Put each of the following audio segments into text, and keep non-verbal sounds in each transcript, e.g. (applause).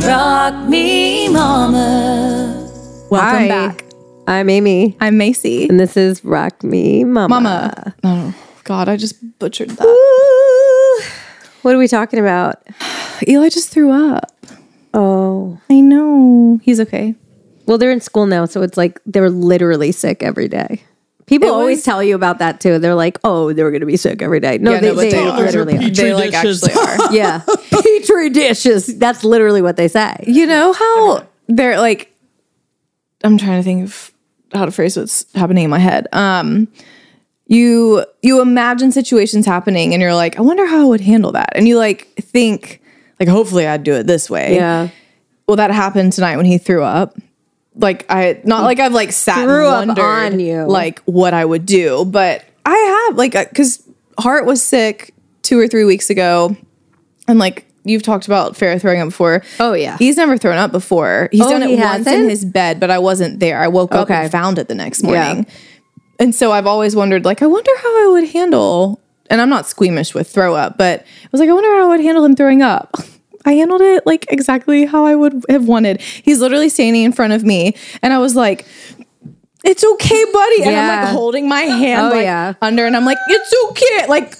Rock Me Mama. Welcome Hi. back. I'm Amy, I'm Macy. and this is Rock Me Mama. Mama. Oh, God, I just butchered that. Ooh. What are we talking about? Eli just threw up. Oh, I know. He's okay. well, they're in school now, so it's like they're literally sick every day. People It always was- tell you about that too. They're like, "Oh, they were going to be sick every day." No, Yeah, they, no, but they they are. literally are. They like actually are. (laughs) yeah, petri dishes. That's literally what they say. You know how they're like, I'm trying to think of how to phrase what's happening in my head. Um, you you imagine situations happening, and you're like, I wonder how I would handle that, and you like think like, hopefully I'd do it this way. Yeah, Well, that happened tonight when he threw up. Like I, not like I've like sat Threw up and wondered on you. like what I would do, but I have like because Hart was sick two or three weeks ago, and like you've talked about Farrah throwing up before. Oh, yeah. he's never thrown up before. He's Oh, done it he once in hasn't? his bed, but I wasn't there. I woke up Okay. and found it the next Yeah. morning, and so I've always wondered like I wonder how I would handle. And I'm not squeamish with throw up, but I was like, I wonder how I would handle him throwing up. (laughs) I handled it like exactly how I would have wanted. He's literally standing in front of me, and I was like, "It's okay, buddy." And I'm Yeah. like holding my hand Oh, like yeah. under, and I'm like, "It's okay," like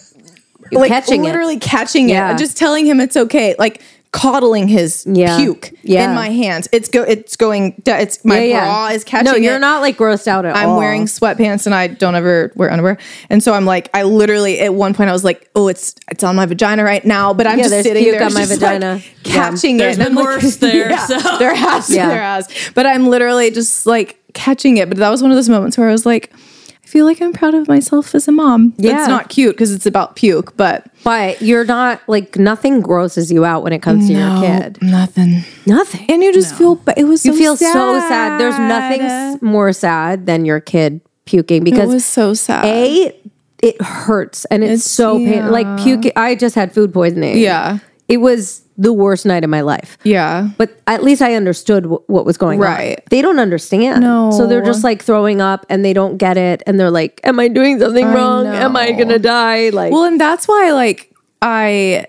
like catching it. literally catching Yeah. it, just telling him it's okay, like coddling his Yeah. puke Yeah. in my hands. It's go, it's going. da- It's my yeah, bra yeah. is catching. No, you're it. not like grossed out at I'm all. wearing sweatpants and I don't ever wear underwear. And so I'm like, I literally at one point I was like, oh, it's it's on my vagina right now, but I'm Yeah, just there's sitting puke there on my just, vagina. like, catching it. There's And been I'm (laughs) worse there, Yeah, so. there has Yeah. there has. But I'm literally just like catching it. But that was one of those moments where I was like, I feel like I'm proud of myself as a mom. Yeah. It's not cute because it's about puke, but but you're not like nothing grosses you out when it comes to your kid. nothing. Nothing. And you just feel, but it was You so feel so sad. There's nothing s- more sad than your kid puking It because was so sad. a it hurts and it's, It's- so pain. Like puke. I just had food poisoning. Yeah. it was the worst night of my life. yeah. But at least I understood w- what was going on. Right. They don't understand. No. So they're just like throwing up and they don't get it. And they're like, Am I doing something wrong? Am I going to die? Like, Well, and that's why, like, I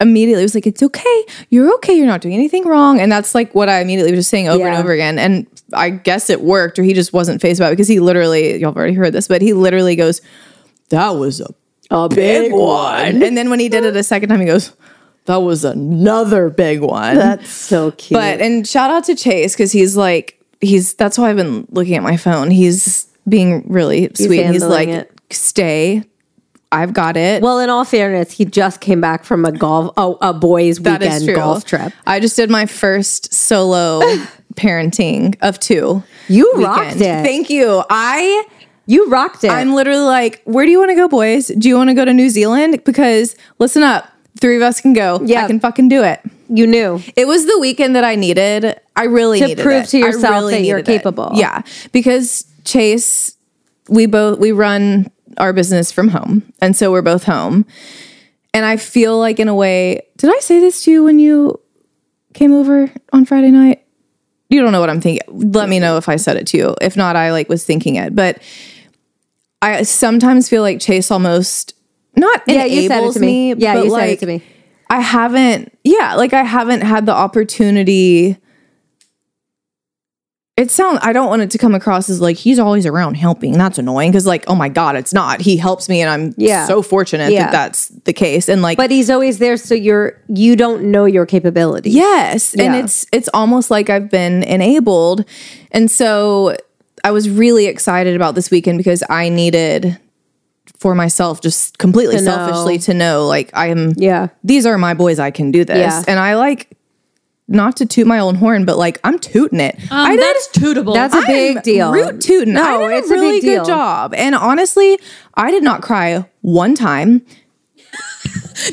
immediately was like, it's okay. You're okay. You're not doing anything wrong. And that's like what I immediately was just saying over Yeah. and over again. And I guess it worked, or he just wasn't phased by it because he literally, y'all have already heard this, but he literally goes, that was a a big one. And then when he did it a second time, he goes, that was another big one. That's so cute. But and shout out to Chase because he's like he's that's why I've been looking at my phone. He's being really sweet. He's handling like, it. stay. I've got it. Well, in all fairness, he just came back from a golf a, a boys That is weekend true. golf trip. I just did my (laughs) first solo parenting of two. You rocked weekend. it. Thank you. I you rocked it. I'm literally like, where do you want to go, boys? Do you want to go to New Zealand? Because listen up, three of us can go. Yeah. I can fucking do it. you knew. It was the weekend that I needed. I really To needed prove it. to I yourself that you're needed it. capable. Yeah, because Chase, we both we run our business from home, and so we're both home. And I feel like, in a way, did I say this to you when you came over on Friday night? You don't know what I'm thinking. Let me know if I said it to you. If not, I like was thinking it, but I sometimes feel like Chase almost not Yeah, you said it enables to me. me. Yeah, but you said like, it to me. I haven't, yeah, like I haven't had the opportunity. It sounds, I don't want it to come across as like he's always around helping. That's annoying because, like, oh my God, it's not. He helps me and I'm Yeah. so fortunate Yeah. that that's the case. And like, But he's always there, so you're you don't know your capability. Yes, and Yeah. it's it's almost like I've been enabled. And so I was really excited about this weekend because I needed for myself just completely To know. selfishly to know like I am Yeah. these are my boys I can do this. Yeah. And I like not to toot my own horn but like I'm tooting it. Um, I did that's tootable. That's a I'm big deal. Root tootin'. No, I did it's a a big really good deal. job. And honestly, I did not cry one time.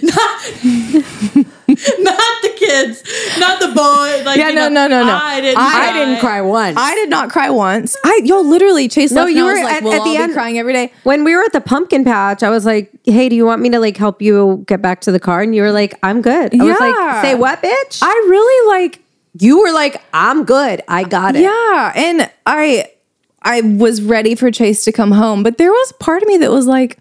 not, not the kids, not the boy. Like, Yeah, you no, know, no, no, no. I didn't. I, didn't cry once. I did not cry once. I y'all literally chased. No, left and you I were was like, at- we'll at all the be end- crying every day. when we were at the pumpkin patch, I was like, "Hey, do you want me to like help you get back to the car?" And you were like, "I'm good." I was like, Yeah. "Say what, bitch?" I really like you were like, "I'm good. I got it." yeah, and I I was ready for Chase to come home, but there was part of me that was like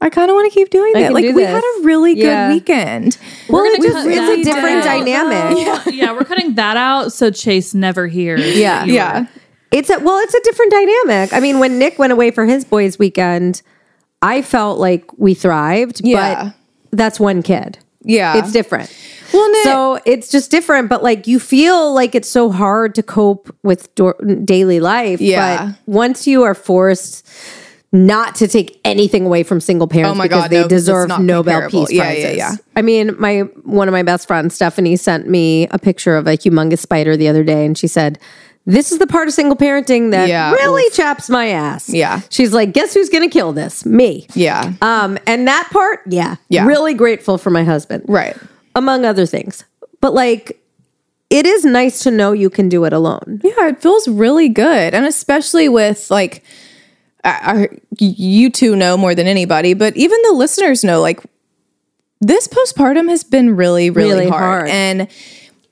I kind of want to keep doing I that. can Like do we this. had a really good Yeah. weekend. We're gonna we cut really that it's a different did. down. dynamic. yeah, we're cutting that out so Chase never hears. Yeah. that you Yeah. were- It's a well, it's a different dynamic. I mean, when Nick went away for his boys' weekend, I felt like we thrived, Yeah. but that's one kid. Yeah. It's different. Well, Nick, So it's just different, but like you feel like it's so hard to cope with do- daily life. Yeah. But once you are forced not to take anything away from single parents Oh my because God, they no, 'cause it's deserve not Nobel comparable. Peace Yeah, yeah, Prizes. yeah. I mean, my one of my best friends, Stephanie, sent me a picture of a humongous spider the other day, and she said. This is the part of single parenting that Yeah, really chaps my ass. Yeah. She's like, guess who's going to kill this? Me. Yeah. Um, and that part, yeah. Yeah. Really grateful for my husband right. among other things. But like, it is nice to know you can do it alone. Yeah, it feels really good, and especially with like, I, I, you two know more than anybody, but even the listeners know like, this postpartum has been really, really, Really hard. hard. and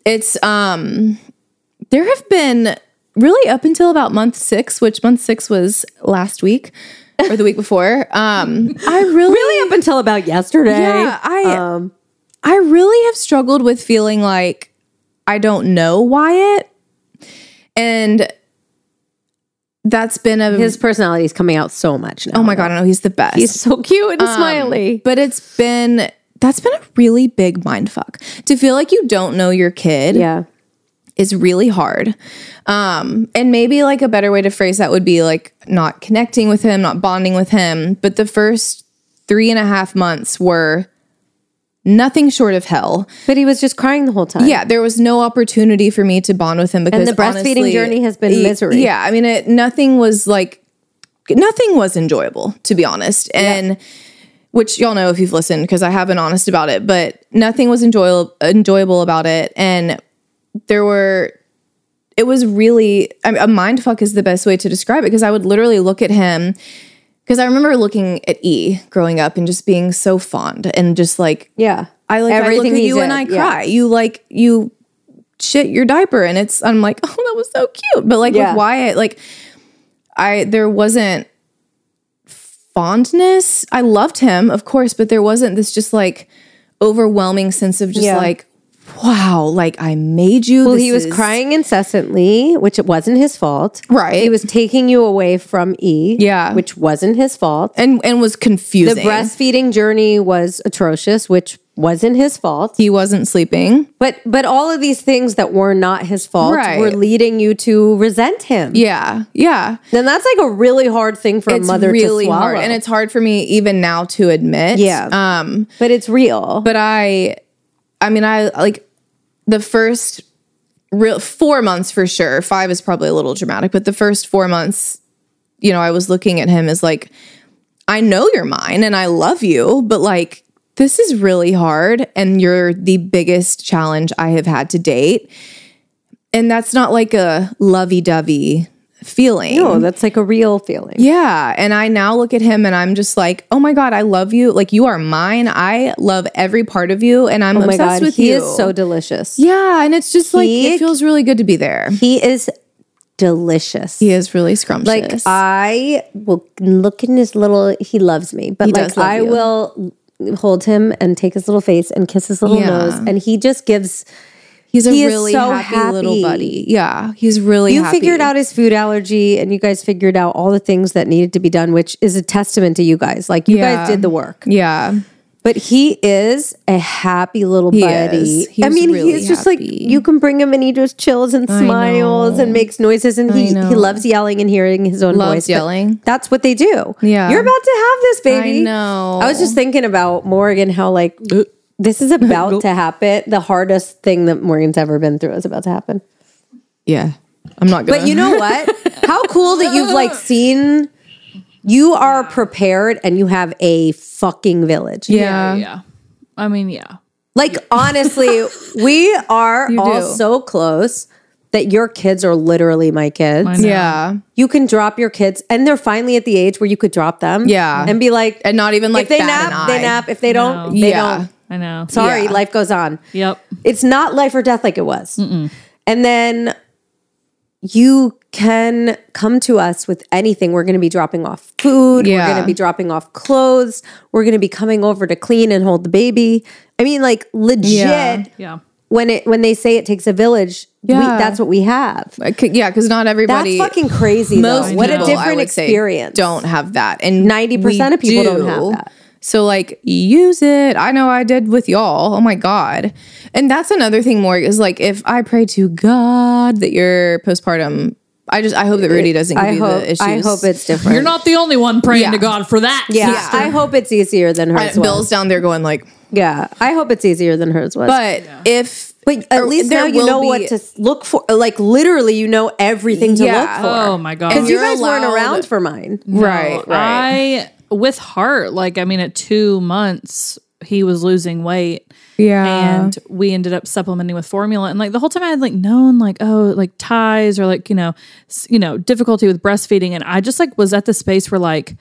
it's um, there have been really up until about month six, which month six was last week or the week before. Um, I (laughs) really, Really, up until about yesterday. Yeah, I- Um, I really have struggled with feeling like I don't know Wyatt, and that's been a his personality is coming out so much now. Um, Oh my god, I know he's the best. he's so cute and smiley. but it's been that's been a really big mind fuck. To feel like you don't know your kid Yeah, is really hard. Um, and maybe like a better way to phrase that would be like not connecting with him, not bonding with him. But the first three and a half months were nothing short of hell. but he was just crying the whole time. Yeah, there was no opportunity for me to bond with him because the breastfeeding honestly- journey has been Y- misery. Yeah, I mean, it, nothing was like nothing was enjoyable to be honest, and which y'all know if you've listened because I have been honest about it, but nothing was enjoyable enjoyable about it, and there were. It was really I mean, a mind fuck is the best way to describe it because I would literally look at him because I remember looking at E growing up and just being so fond and just like yeah. I like I Everything look at he you and did, I yeah. cry. You like you shit your diaper and it's I'm like, (laughs) oh that was so cute. But like Yeah. with Wyatt, like I there wasn't fondness. I loved him, of course, but there wasn't this just like overwhelming sense of just Yeah. like, wow, like I made you. Well, This he was is- crying incessantly, which it wasn't his fault. Right. He was taking you away from E. Yeah. Which wasn't his fault. and and was The confusing. breastfeeding journey was atrocious, which wasn't his fault. he wasn't sleeping. But but all of these things that were not his fault Right. were leading you to resent him. Yeah, yeah. Then that's like a really hard thing for a mother to swallow. hard, and it's hard for me even now to admit. Yeah. Um. but it's real. but I, I mean, I like the first real four months for sure. Five is probably a little dramatic, but the first four months, you know, I was looking at him as like, I know you're mine and I love you, but like, this is really hard. And you're the biggest challenge I have had to date. And that's not like a lovey dovey feeling. no, Oh, that's like a real feeling. Yeah. And I now look at him and I'm just like, oh my God, I love you. Like, you are mine. I love every part of you. And I'm oh my obsessed god, with he you. is so delicious. yeah. And it's just like, He- it feels really good to be there. He is delicious. He is really scrumptious. like I will look in his little. He loves me, but He like does love I you. will hold him and take his little face and kiss his little Yeah. nose, and he just gives. he's a he is really so happy, little happy. buddy. Yeah. He's really You happy. figured out his food allergy, and you guys figured out all the things that needed to be done, which is a testament to you guys. Like you Yeah. guys did the work. Yeah. But he is a happy little buddy. is. He's I mean, really he's just like happy. you can bring him and he just chills and smiles and makes noises and he, know. he loves yelling and hearing his own Loves voice. but yelling. That's what they do. Yeah. You're about to have this baby. I know. I was just thinking about Morgan, how like this is (laughs) about to happen. The hardest thing that Morgan's ever been through is about to happen. Yeah. I'm not going But you know (laughs) what? How cool that you've like seen you are prepared and you have a fucking village. yeah. Yeah. I mean, yeah. Like (laughs) honestly, we are all do. so close that your kids are literally my kids. I know. Yeah. You can drop your kids, and they're finally at the age where you could drop them. Yeah. and be like, And not even like if they bat nap, an eye. they nap. If they don't, No. they Yeah. don't. I know. Sorry, Yeah. life goes on. Yep. It's not life or death like it was. And then you can come to us with anything. We're going to be dropping off food. Yeah. We're going to be dropping off clothes. We're going to be coming over to clean and hold the baby. I mean, like legit. Yeah. Yeah. When it when they say it takes a village, we, Yeah. that's what we have. Like, Uh, yeah, because not That's everybody. fucking crazy. most though. What a people, I different would say, experience. don't have that, and 90% we of people don't have that. So like, use it. I know I did with y'all. Oh my god! And that's another thing. More is like, if I pray to God that you're postpartum, I just I hope that Rudy doesn't give I you hope. the issues. I hope it's different. You're not the only one praying to God for that. Yeah, sister. I hope it's easier than I- hers was. Bill's down there going like, Yeah, I hope it's easier than hers was. but if But at or least there now you will know what be- to s- look for. Like literally, you know everything to Yeah. look for. Oh my god. And Because you you're guys weren't allowed- around for mine. right, right. I with heart, like I mean, at two months he was losing weight. Yeah. And we ended up supplementing with formula. And like the whole time I had like known like, oh, like ties or like, you know, s- you know, difficulty with breastfeeding. And I just like was at the space where like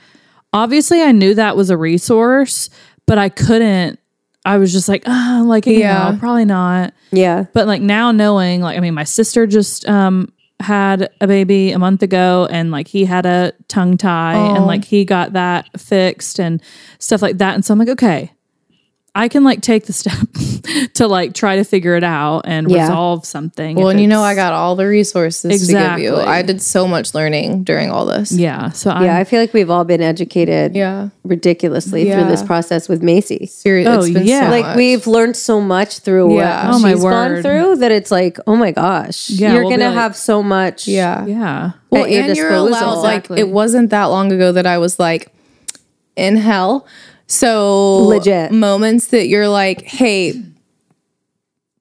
obviously I knew that was a resource, but I couldn't. I was just like, ah, like, you Yeah. know, probably not. Yeah, But like now knowing, like I mean, my sister just um had a baby a month ago and like he had a tongue tie and like he got that fixed and stuff like that. And so I'm like, okay, I can like take the (laughs) step to like try to figure it out and Yeah. resolve something. well, if and you know, I it's- got all the resources to give you. Exactly. I did so much learning during all this. Yeah. So yeah. I I feel like we've all been educated Yeah. ridiculously through this Yeah. process with Macy. Seriously, Oh, it's been yeah. so Like, much. Like we've learned so much through Yeah. what Oh, my she's gone word. through that it's like, oh my gosh, Yeah, you're we'll be gonna like- have so much. yeah. yeah. Well, at your and you're disposal. allowed. Exactly. Like it wasn't that long ago that I was like in hell. So Legit. moments that you're like, hey,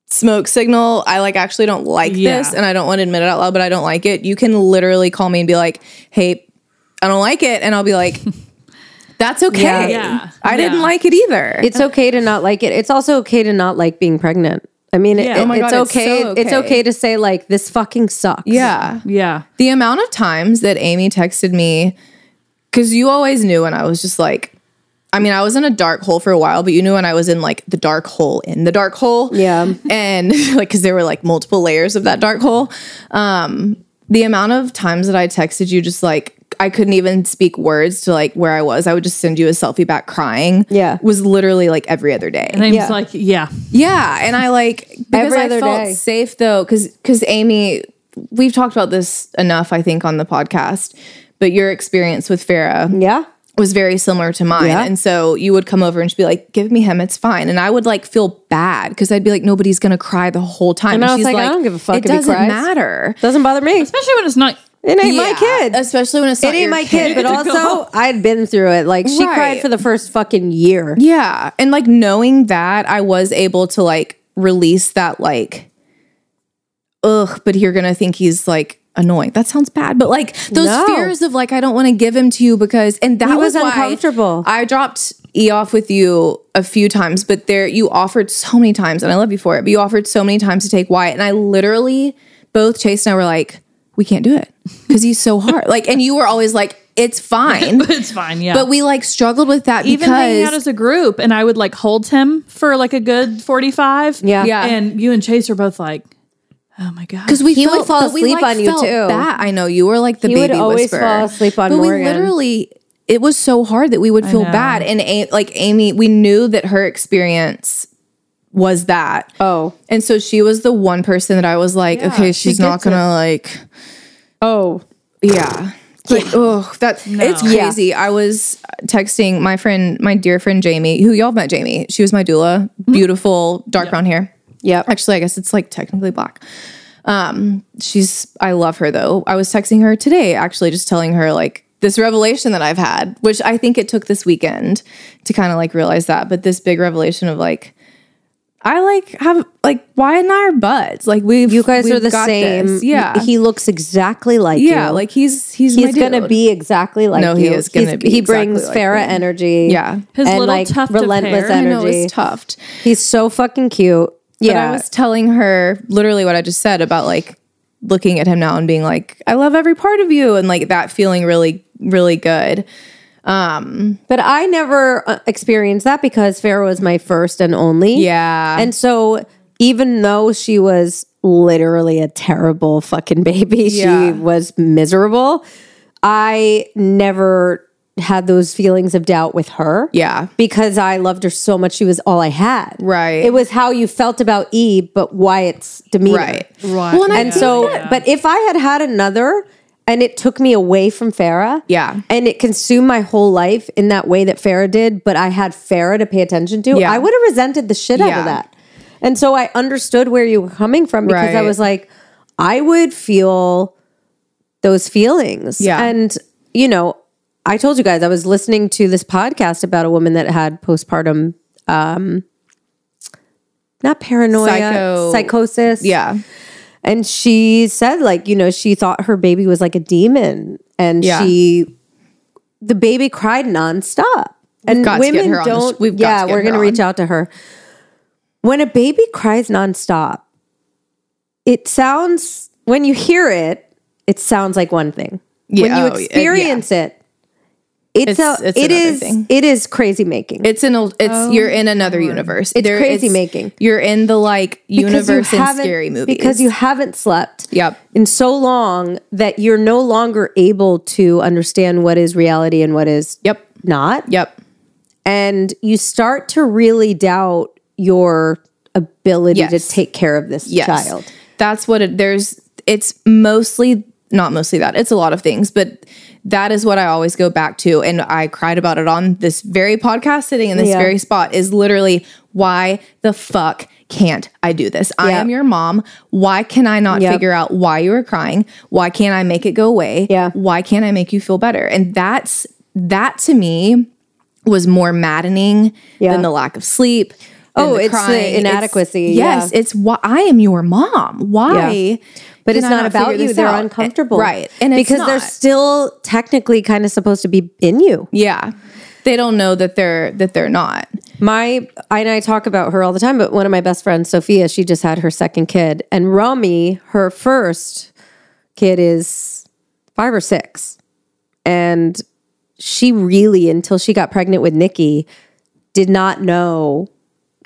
smoke signal. I like actually don't like Yeah. this, and I don't want to admit it out loud, but I don't like it. You can literally call me and be like, hey, I don't like it, and I'll be like. (laughs) That's okay. Yeah. I didn't Yeah. like it either. it's okay to not like it. It's also okay to not like being pregnant. I mean, it- Yeah. Oh my it's God, it's okay. It's, so okay. okay. to say like this fucking sucks. yeah. Yeah. The amount of times that Amy texted me, because you always knew when I was just like, I mean, I was in a dark hole for a while, but you knew when I was in like the dark hole in the dark hole. Yeah. And (laughs) like, because there were like multiple layers of that dark hole. Um, the amount of times that I texted you, just like, I couldn't even speak words to like where I was. I would just send you a selfie back crying. Yeah. Was literally like every other day. And I'm Yeah. like, yeah. Yeah, and I like because Every I other felt day. safe though, because because Amy, we've talked about this enough, I think, on the podcast. But your experience with Farah yeah, was very similar to mine, Yeah. and so you would come over and she'd be like, "Give me him, it's fine," and I would like feel bad because I'd be like, "Nobody's gonna cry the whole time," and, I was like, "I don't give a fuck It if he doesn't cries." matter. doesn't bother me. It Especially when it's not ain't my Yeah, kid. especially when it's it ain't my kid, (laughs) but also I'd been through it. Like she Right. cried for the first fucking year. Yeah. And like knowing that, I was able to like release that, like, ugh, but you're going to think he's like annoying. That sounds bad. But like those No. fears of like, I don't want to give him to you because, and that He was, was why uncomfortable. I dropped E off with you a few times, but there you offered so many times, and I love you for it, but you offered so many times to take Wyatt. And I literally, both Chase and I were like, we can't do it because he's so hard. like, and you were always like, it's fine. it's fine. Yeah. But we like struggled with that even hanging out because as a group and I would like hold him for like a good 45. Yeah. Yeah. And you and Chase are both like, oh my God. because we He would felt- fall but we, asleep like, on you, felt too. That I know you were like the He would baby always whisperer. fall asleep on But Morgan. we literally, it was so hard that we would feel know. bad. And A- like Amy, we knew that her experience was that, Oh, and so she was the one person that I was like, okay, she she's not gets it. gonna like, oh, yeah. But, oh, that's it's Yeah. crazy. I was texting my friend, my dear friend Jamie, who y'all met. Jamie, she was my doula, Mm-hmm. beautiful, dark brown hair. yep. Actually, I guess it's like technically black. Um, she's I love her though. I was texting her today, actually, just telling her like this revelation that I've had, which I think it took this weekend to kind of like realize that. But this big revelation of like, I like have like why and I are buds. Like we You guys are the same. yeah, he looks exactly like you. yeah. Like he's he's he's my gonna dude. be exactly like No, you. he is gonna He's- be He exactly brings like Farah energy. Yeah. His and little like tuft of relentless hair. I energy. know it's tough. He's so fucking cute. But Yeah, I was telling her literally what I just said about like looking at him now and being like, I love every part of you. And like that feeling really, really good. But I never uh, experienced that because Farrah was my first and only. Yeah. And so even though she was literally a terrible fucking baby. (laughs) Yeah. She was miserable. I never had those feelings of doubt with her. Yeah. Because I loved her so much. She was all I had. Right. It was how you felt about E, but Wyatt's demeanor. Right. Right. Well, and I And think so, but if I had had another and it took me away from Farah, Yeah. and it consumed my whole life in that way that Farah did, but I had Farah to pay attention to, Yeah. I would have resented the shit out Yeah. of that. And so I understood where you were coming from because I Right. was like, I would feel those feelings. Yeah. And, you know, I told you guys I was listening to this podcast about a woman that had postpartum, um, not paranoia, Psycho- psychosis. yeah. And she said, like, you know, she thought her baby was like a demon. And Yeah. she, the baby cried nonstop. And got to get women her on the sh- don't, we've got yeah, to get we're going her to on. reach out to her. When a baby cries nonstop, it sounds, when you hear it, it sounds like one thing. when Yeah, you oh, yeah, experience it, it's, It's- a, it's it another is, thing. it is crazy making. It's in a. It's Oh you're in another universe. It's crazy making. You're in the like Because you universe in haven't- scary movies Because you haven't slept. Yep. in so long that you're no longer able to understand what is reality and what is Yep. not. Yep. And you start to really doubt your ability Yes. to take care of this Yes. child. That's what it. There's. It's mostly not mostly that. It's a lot of things, but that is what I always go back to, and I cried about it on this very podcast, sitting in this Yeah. very spot. Is literally why the fuck can't I do this? I Yeah. am your mom. Why can I not Yep. figure out why you are crying? Why can't I make it go away? Yeah. Why can't I make you feel better? And that's that to me was more maddening Yeah. than the lack of sleep. than Oh, it's the It's- inadequacy, yes, yeah. it's why I am your mom. Why? Yeah. But can it's I not about figure you. this They're out? uncomfortable. right? And it's because they're not. still technically kind of supposed to be in you. yeah, they don't know that they're that they're not. My I and I talk about her all the time, but one of my best friends, Sophia, she just had her second kid. And Rami, her first kid is five or six. And she really, until she got pregnant with Nikki, did not know,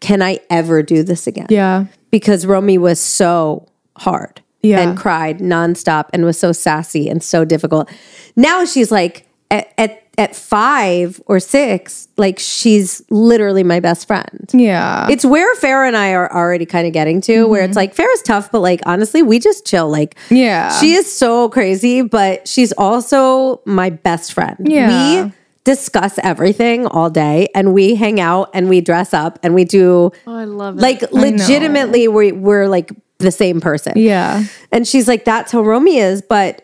can I ever do this again? Yeah, Because Romy was so hard Yeah. and cried nonstop and was so sassy and so difficult. Now she's like at, at at five or six, like she's literally my best friend. yeah, It's where Farah and I are already kind of getting to, where Mm-hmm. it's like Farah's tough, but like honestly, we just chill. Like, Yeah. she is so crazy, but she's also my best friend. Yeah. we discuss everything all day, and we hang out, and we dress up, and we do Oh, I love it. like legitimately, we we're like the same person. yeah, And she's like, that's how Romy is. But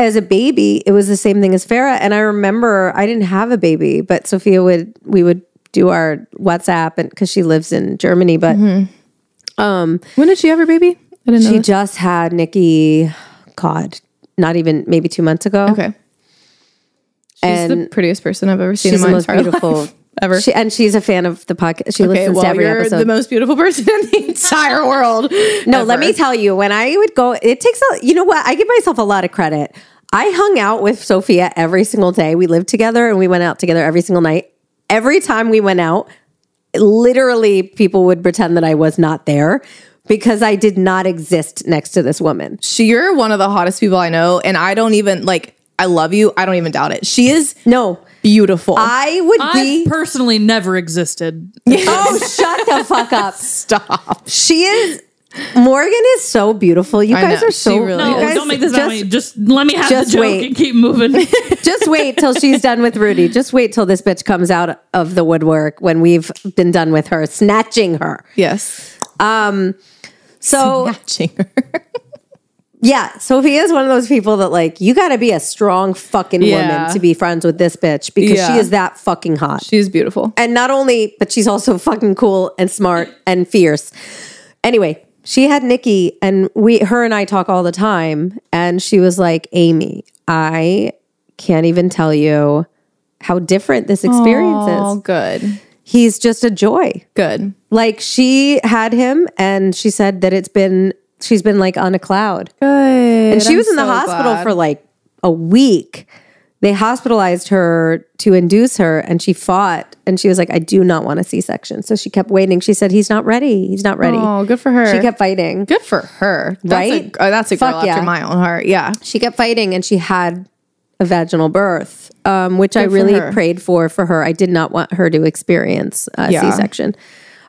as a baby, it was the same thing as Farah. And I remember I didn't have a baby, but Sophia would, we would do our WhatsApp and cause she lives in Germany, but Mm-hmm. When did she have her baby? I didn't know. she this. just had Nikki, God, not even maybe two months ago. okay, she's the And prettiest person I've ever seen she's in the my most entire (laughs) beautiful life ever. She, and she's a fan of the podcast. She okay, listens well, to every you're episode. the most beautiful (laughs) person in the entire world. No, let me tell you, when I would go, it takes a, you know what? I give myself a lot of credit. I hung out with Sophia every single day. We lived together and we went out together every single night. Every time we went out, literally people would pretend that I was not there because I did not exist next to this woman. she, you're one of the hottest people I know, and I don't even like. I love you. I don't even doubt it. She is No, beautiful. I would (laughs) I be. personally never existed. oh, shut the fuck up. Stop. She is. Morgan is so beautiful. You I guys know. are so She really No, you guys Oh, don't make this about just- me. Just let me have just the joke wait. and keep moving. (laughs) Just wait till she's done with (laughs) Rudy. Just wait till this bitch comes out of the woodwork when we've been done with her, snatching her. Yes. So, Matching her. yeah, Sophia is one of those people that, like, you got to be a strong fucking Yeah. woman to be friends with this bitch because Yeah. she is that fucking hot. She's beautiful. and not only, but she's also fucking cool and smart and fierce. Anyway, she had Nikki, and we, her and I talk all the time. And she was like, Amy, I can't even tell you how different this experience is. Oh, good. he's just a joy. Good. Like she had him and she said that it's been she's been like on a cloud. Good. And she was in the hospital for like a week. They hospitalized her to induce her and she fought and she was like, I do not want a C section. So she kept waiting. She said, He's not ready. He's not ready. Oh, good for her. She kept fighting. good for her. That's Right? A, oh, that's a girl Fuck yeah. after my own heart. Yeah. She kept fighting and she had a vaginal birth, um, which I for really her. prayed for for her. I did not want her to experience a Yeah. section.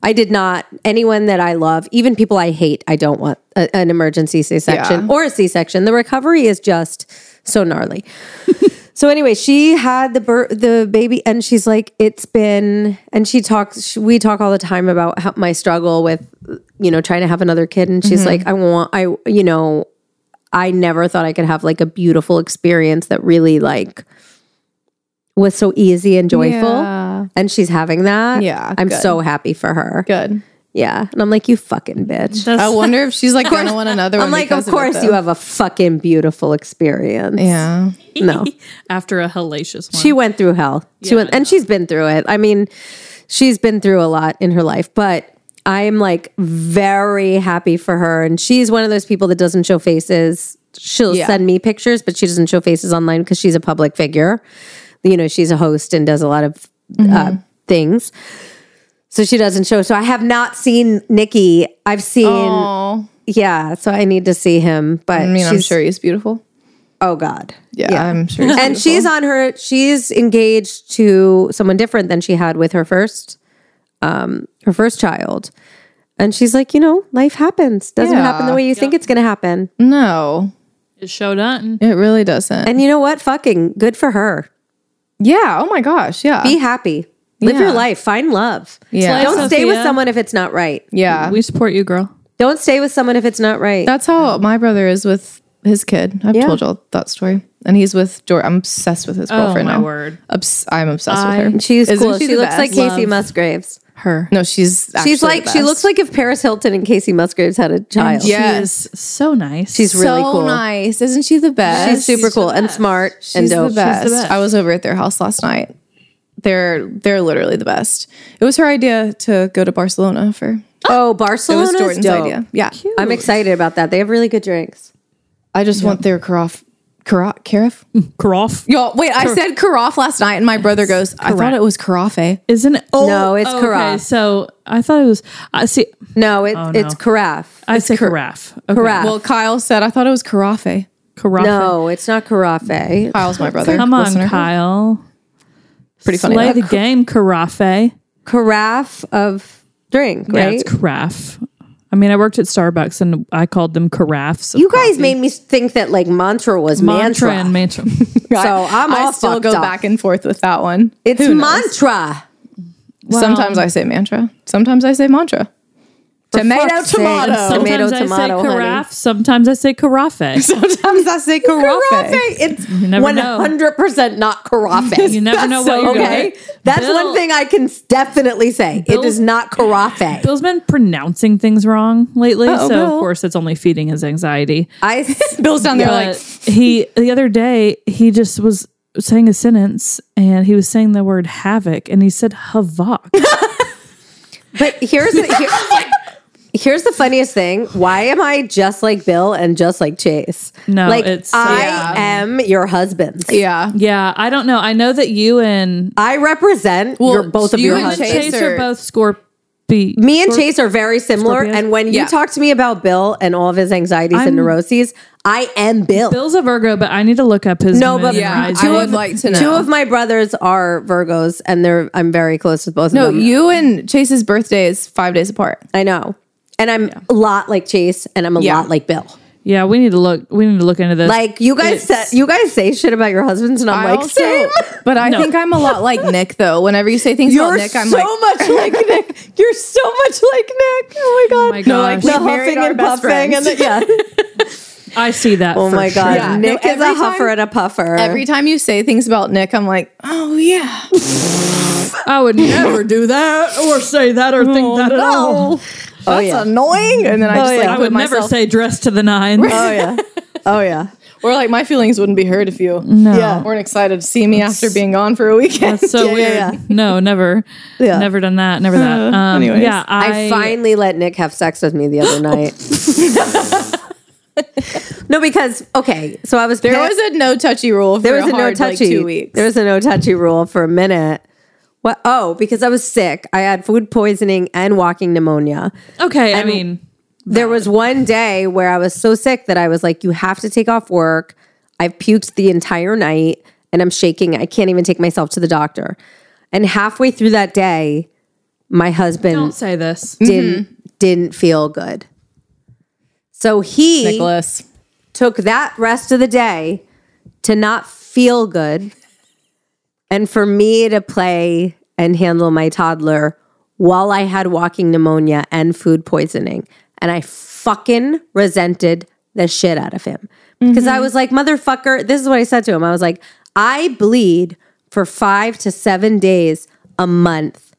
I did not. Anyone that I love, even people I hate, I don't want a, an emergency C-section Yeah. or a C-section. The recovery is just so gnarly. (laughs) So anyway, she had the bir- the baby, and she's like, it's been, and she talks. sh we talk all the time about how, my struggle with, you know, trying to have another kid, and Mm-hmm. she's like, I want, I, you know, I never thought I could have like a beautiful experience that really like was so easy and joyful, Yeah. and she's having that. Yeah, I'm good. so happy for her. Good. Yeah, and I'm like, you fucking bitch. I wonder (laughs) if she's like gonna want another one. I'm like, of because it, course though. you have a fucking beautiful experience. Yeah. No. after a hellacious one. She went through hell. She went, and she's been through it. I mean, she's been through a lot in her life, but I'm like very happy for her. And she's one of those people that doesn't show faces. She'll Yeah. send me pictures, but she doesn't show faces online because she's a public figure. You know, she's a host and does a lot of Mm-hmm. uh, things. So she doesn't show. So I have not seen Nikki. I've seen, Oh. yeah. So I need to see him. But I mean, I'm she's- sure he's beautiful. Oh God, Yeah, I'm sure. he's and she's on her she's engaged to someone different than she had with her first um her first child and she's like you know life happens doesn't Yeah. Mm-hmm. happen the way you think it's gonna happen No, It showed up. and- it really doesn't. and you know what fucking good for her yeah. Oh my gosh. Yeah. be happy live Yeah. your life find love yeah. Hey, don't stay with Sophia. someone if it's not right yeah. We support you, girl. don't stay with someone if it's not right That's how my brother is with his kid. I've told y'all that story. And he's with George. I'm obsessed with Oh his girlfriend my now. word. Obs- I'm obsessed with her. And she's Isn't cool she, the looks best? like casey Love. musgraves Her. No, she's actually she's like the she best. looks like if paris hilton and casey musgraves had a child Yeah. Yes. She is so nice. she's really so cool nice. Isn't she the best? she's super cool and smart and She's dope the best. best. I was over at their house last night. They're they're literally the best. It was her idea to go to Barcelona for. (laughs) Oh, It Barcelona's was Jordan's dope. idea. Yeah, I'm excited about that. They have really good drinks. I just want their carafe. Cara, carafe? Groff. Y'all, wait, I said carafe last night, and my brother goes, "I thought it was carafe." Isn't it? Oh, No, it's okay. carafe. So I thought it was. I see. No, it, it's Oh, no. carafe. I say carafe. Okay. Carafe. Well, Kyle said, "I thought it was carafe." Carafe. No, it's not carafe. Kyle's my brother. Come on, listener. Kyle. Pretty funny. Play though. the game, carafe. Carafe of drink, Yeah, right? it's carafe. I mean, I worked at Starbucks and I called them carafes. of you guys made me think that like mantra was mantra. mantra and (laughs) mantra. So I'm I all still fucked go up. back and forth with that one. It's Who knows? mantra. Sometimes I say mantra. Sometimes I say mantra. Tomato, fuck's sake. (laughs) tomato. Some- Tomato, sometimes I tomato, say honey. carafe. Sometimes I (laughs) say carafe. Sometimes I say Carafe. carafe. It's never know. 100% not carafe. (laughs) You never know what so you're okay. going to That's Bill- one thing I can s- definitely say. it is not carafe. Bill's been pronouncing things wrong lately, Uh-oh, so Bill. of course it's only feeding his anxiety. I (laughs) s- Bill's down there But like, he the other day he just was saying a sentence and he was saying the word havoc and he said (laughs) havok. But here's the, here- here's the funniest thing. Why am I just like Bill and just like Chase? No, like it's- I Yeah. am your husband. yeah. yeah, I don't know. I know that you and I represent your, both of you your and husbands. Chase Chase are are- both Scorpi. Me and Chase are very similar. Scorpios? And when Yeah. you talk to me about Bill and all of his anxieties I'm- and neuroses, I am Bill. Bill's a Virgo, but I need to look up his no, moon but and Yeah, rising. I would like to know. Two of my brothers are Virgos, and they're I'm very close with both No, of them. you and Chase's birthday is five days apart. I know, and I'm a lot like Chase, and I'm a Yeah. lot like Bill. Yeah, we need to look. We need to look into this. Like you guys, said, you guys say shit about your husbands, and I'm I like, also- same. (laughs) but I think I'm a lot like Nick though. Whenever you say things about Nick, I'm like, "Oh (laughs) much like Nick. You're so much like Nick. Oh my god. (laughs) my no, like gosh. we the married huffing our and best puffing friends. and the, yeah. I see that. (laughs) Oh for my sure. god. Yeah. Nick No, is a every huffer time- and a puffer. (laughs) Every time you say things about Nick, I'm like, oh yeah, I would never do that or say that or think that at all. oh yeah. Oh, annoying. And then I just yeah. like I put would never myself- say dress to the nines. oh yeah. Oh yeah. Or like my feelings wouldn't be hurt if you weren't excited to see me after being gone for a weekend. (laughs) That's so Yeah, weird. yeah, yeah. No, never. Yeah. Never done that. Never that. Um, Uh, anyways. yeah, (gasps) I, I finally let Nick have sex with me the other night. No, because okay, so I was There pa- was a no touchy rule for there was a no hard, like, touchy two weeks. There was a no touchy rule for a minute. What? Oh, because I was sick. I had food poisoning and walking pneumonia. Okay, I mean, There was one day where I was so sick that I was like, you have to take off work. I've puked the entire night and I'm shaking. I can't even take myself to the doctor. And halfway through that day, my don't husband say this. didn't didn't feel good. So he Nicholas. took that rest of the day to not feel good and for me to play and handle my toddler while I had walking pneumonia and food poisoning. And I fucking resented the shit out of him because I was like, motherfucker, this is what I said to him. I was like, I bleed for five to seven days a month.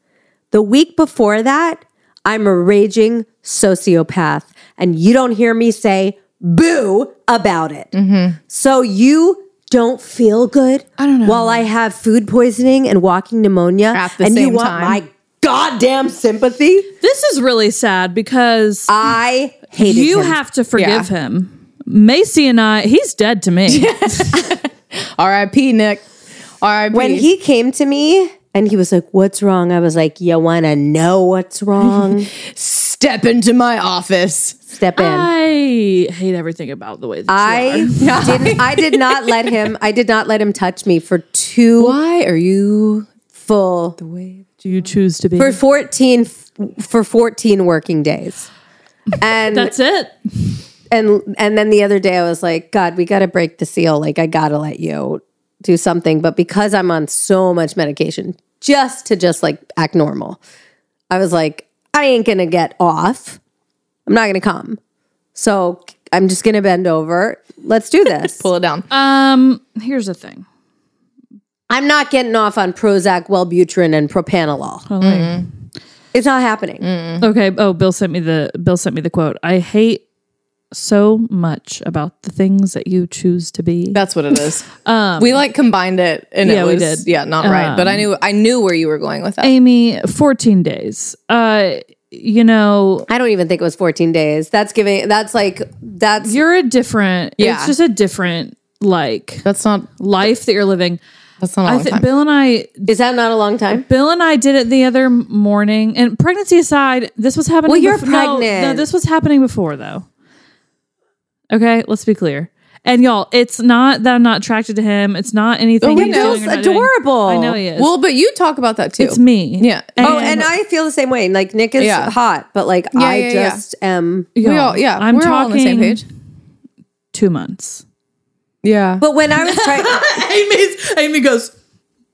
The week before that, I'm a raging sociopath, and you don't hear me say boo about it. So you don't feel good I don't know. while I have food poisoning and walking pneumonia, At the and you same want time. my goddamn sympathy. This is really sad because I hated you him. have to forgive Yeah. him. Macy and I, he's dead (laughs) to me. R.I.P. Nick. R.I.P. when he came to me and he was like, "What's wrong?" I was like, "You want to know what's wrong? step into my office. Step in." I hate everything about the way that I you are. didn't. I did not let him. I did not let him touch me for two Why are you full Do you choose to be? for fourteen for fourteen working days. And That's it. and and then the other day I was like, God, we got to break the seal. Like I got to let you do something, but because I'm on so much medication, just to just like act normal, I was like, I ain't gonna get off. I'm not gonna come. So I'm just gonna bend over. Let's do this. pull it down? Um, here's the thing. I'm not getting off on Prozac, Wellbutrin, and propanolol. Oh, It's not happening. Mm-hmm. Okay. Oh, Bill sent me the Bill sent me the quote. I hate so much about the things that you choose to be. That's what it is. we like combined it, and yeah, it we was did. yeah, not right. But I knew I knew where you were going with that. Amy, 14 days. Uh, you know, I don't even think it was 14 days. That's giving. That's like that's you're a different Yeah. it's just a different like that's not life that you're living. that's not all I the time. think Bill and I is that not a long time? Bill and I did it the other morning. And pregnancy aside, this was happening. Well, you're befo- no, pregnant. No, this was happening before, though. Okay, let's be clear. And y'all, it's not that I'm not attracted to him. It's not anything. we he's know. Bill's doing or not doing. Oh, adorable. I know he is. well, but you talk about that too. it's me. Yeah. oh, and I feel the same way. Like Nick is Yeah. hot, but like I yeah, yeah. just am. We all, yeah, I'm we're all on the same talking- page. two months. Yeah, (laughs) But when I was pregnant, Amy's, Amy goes,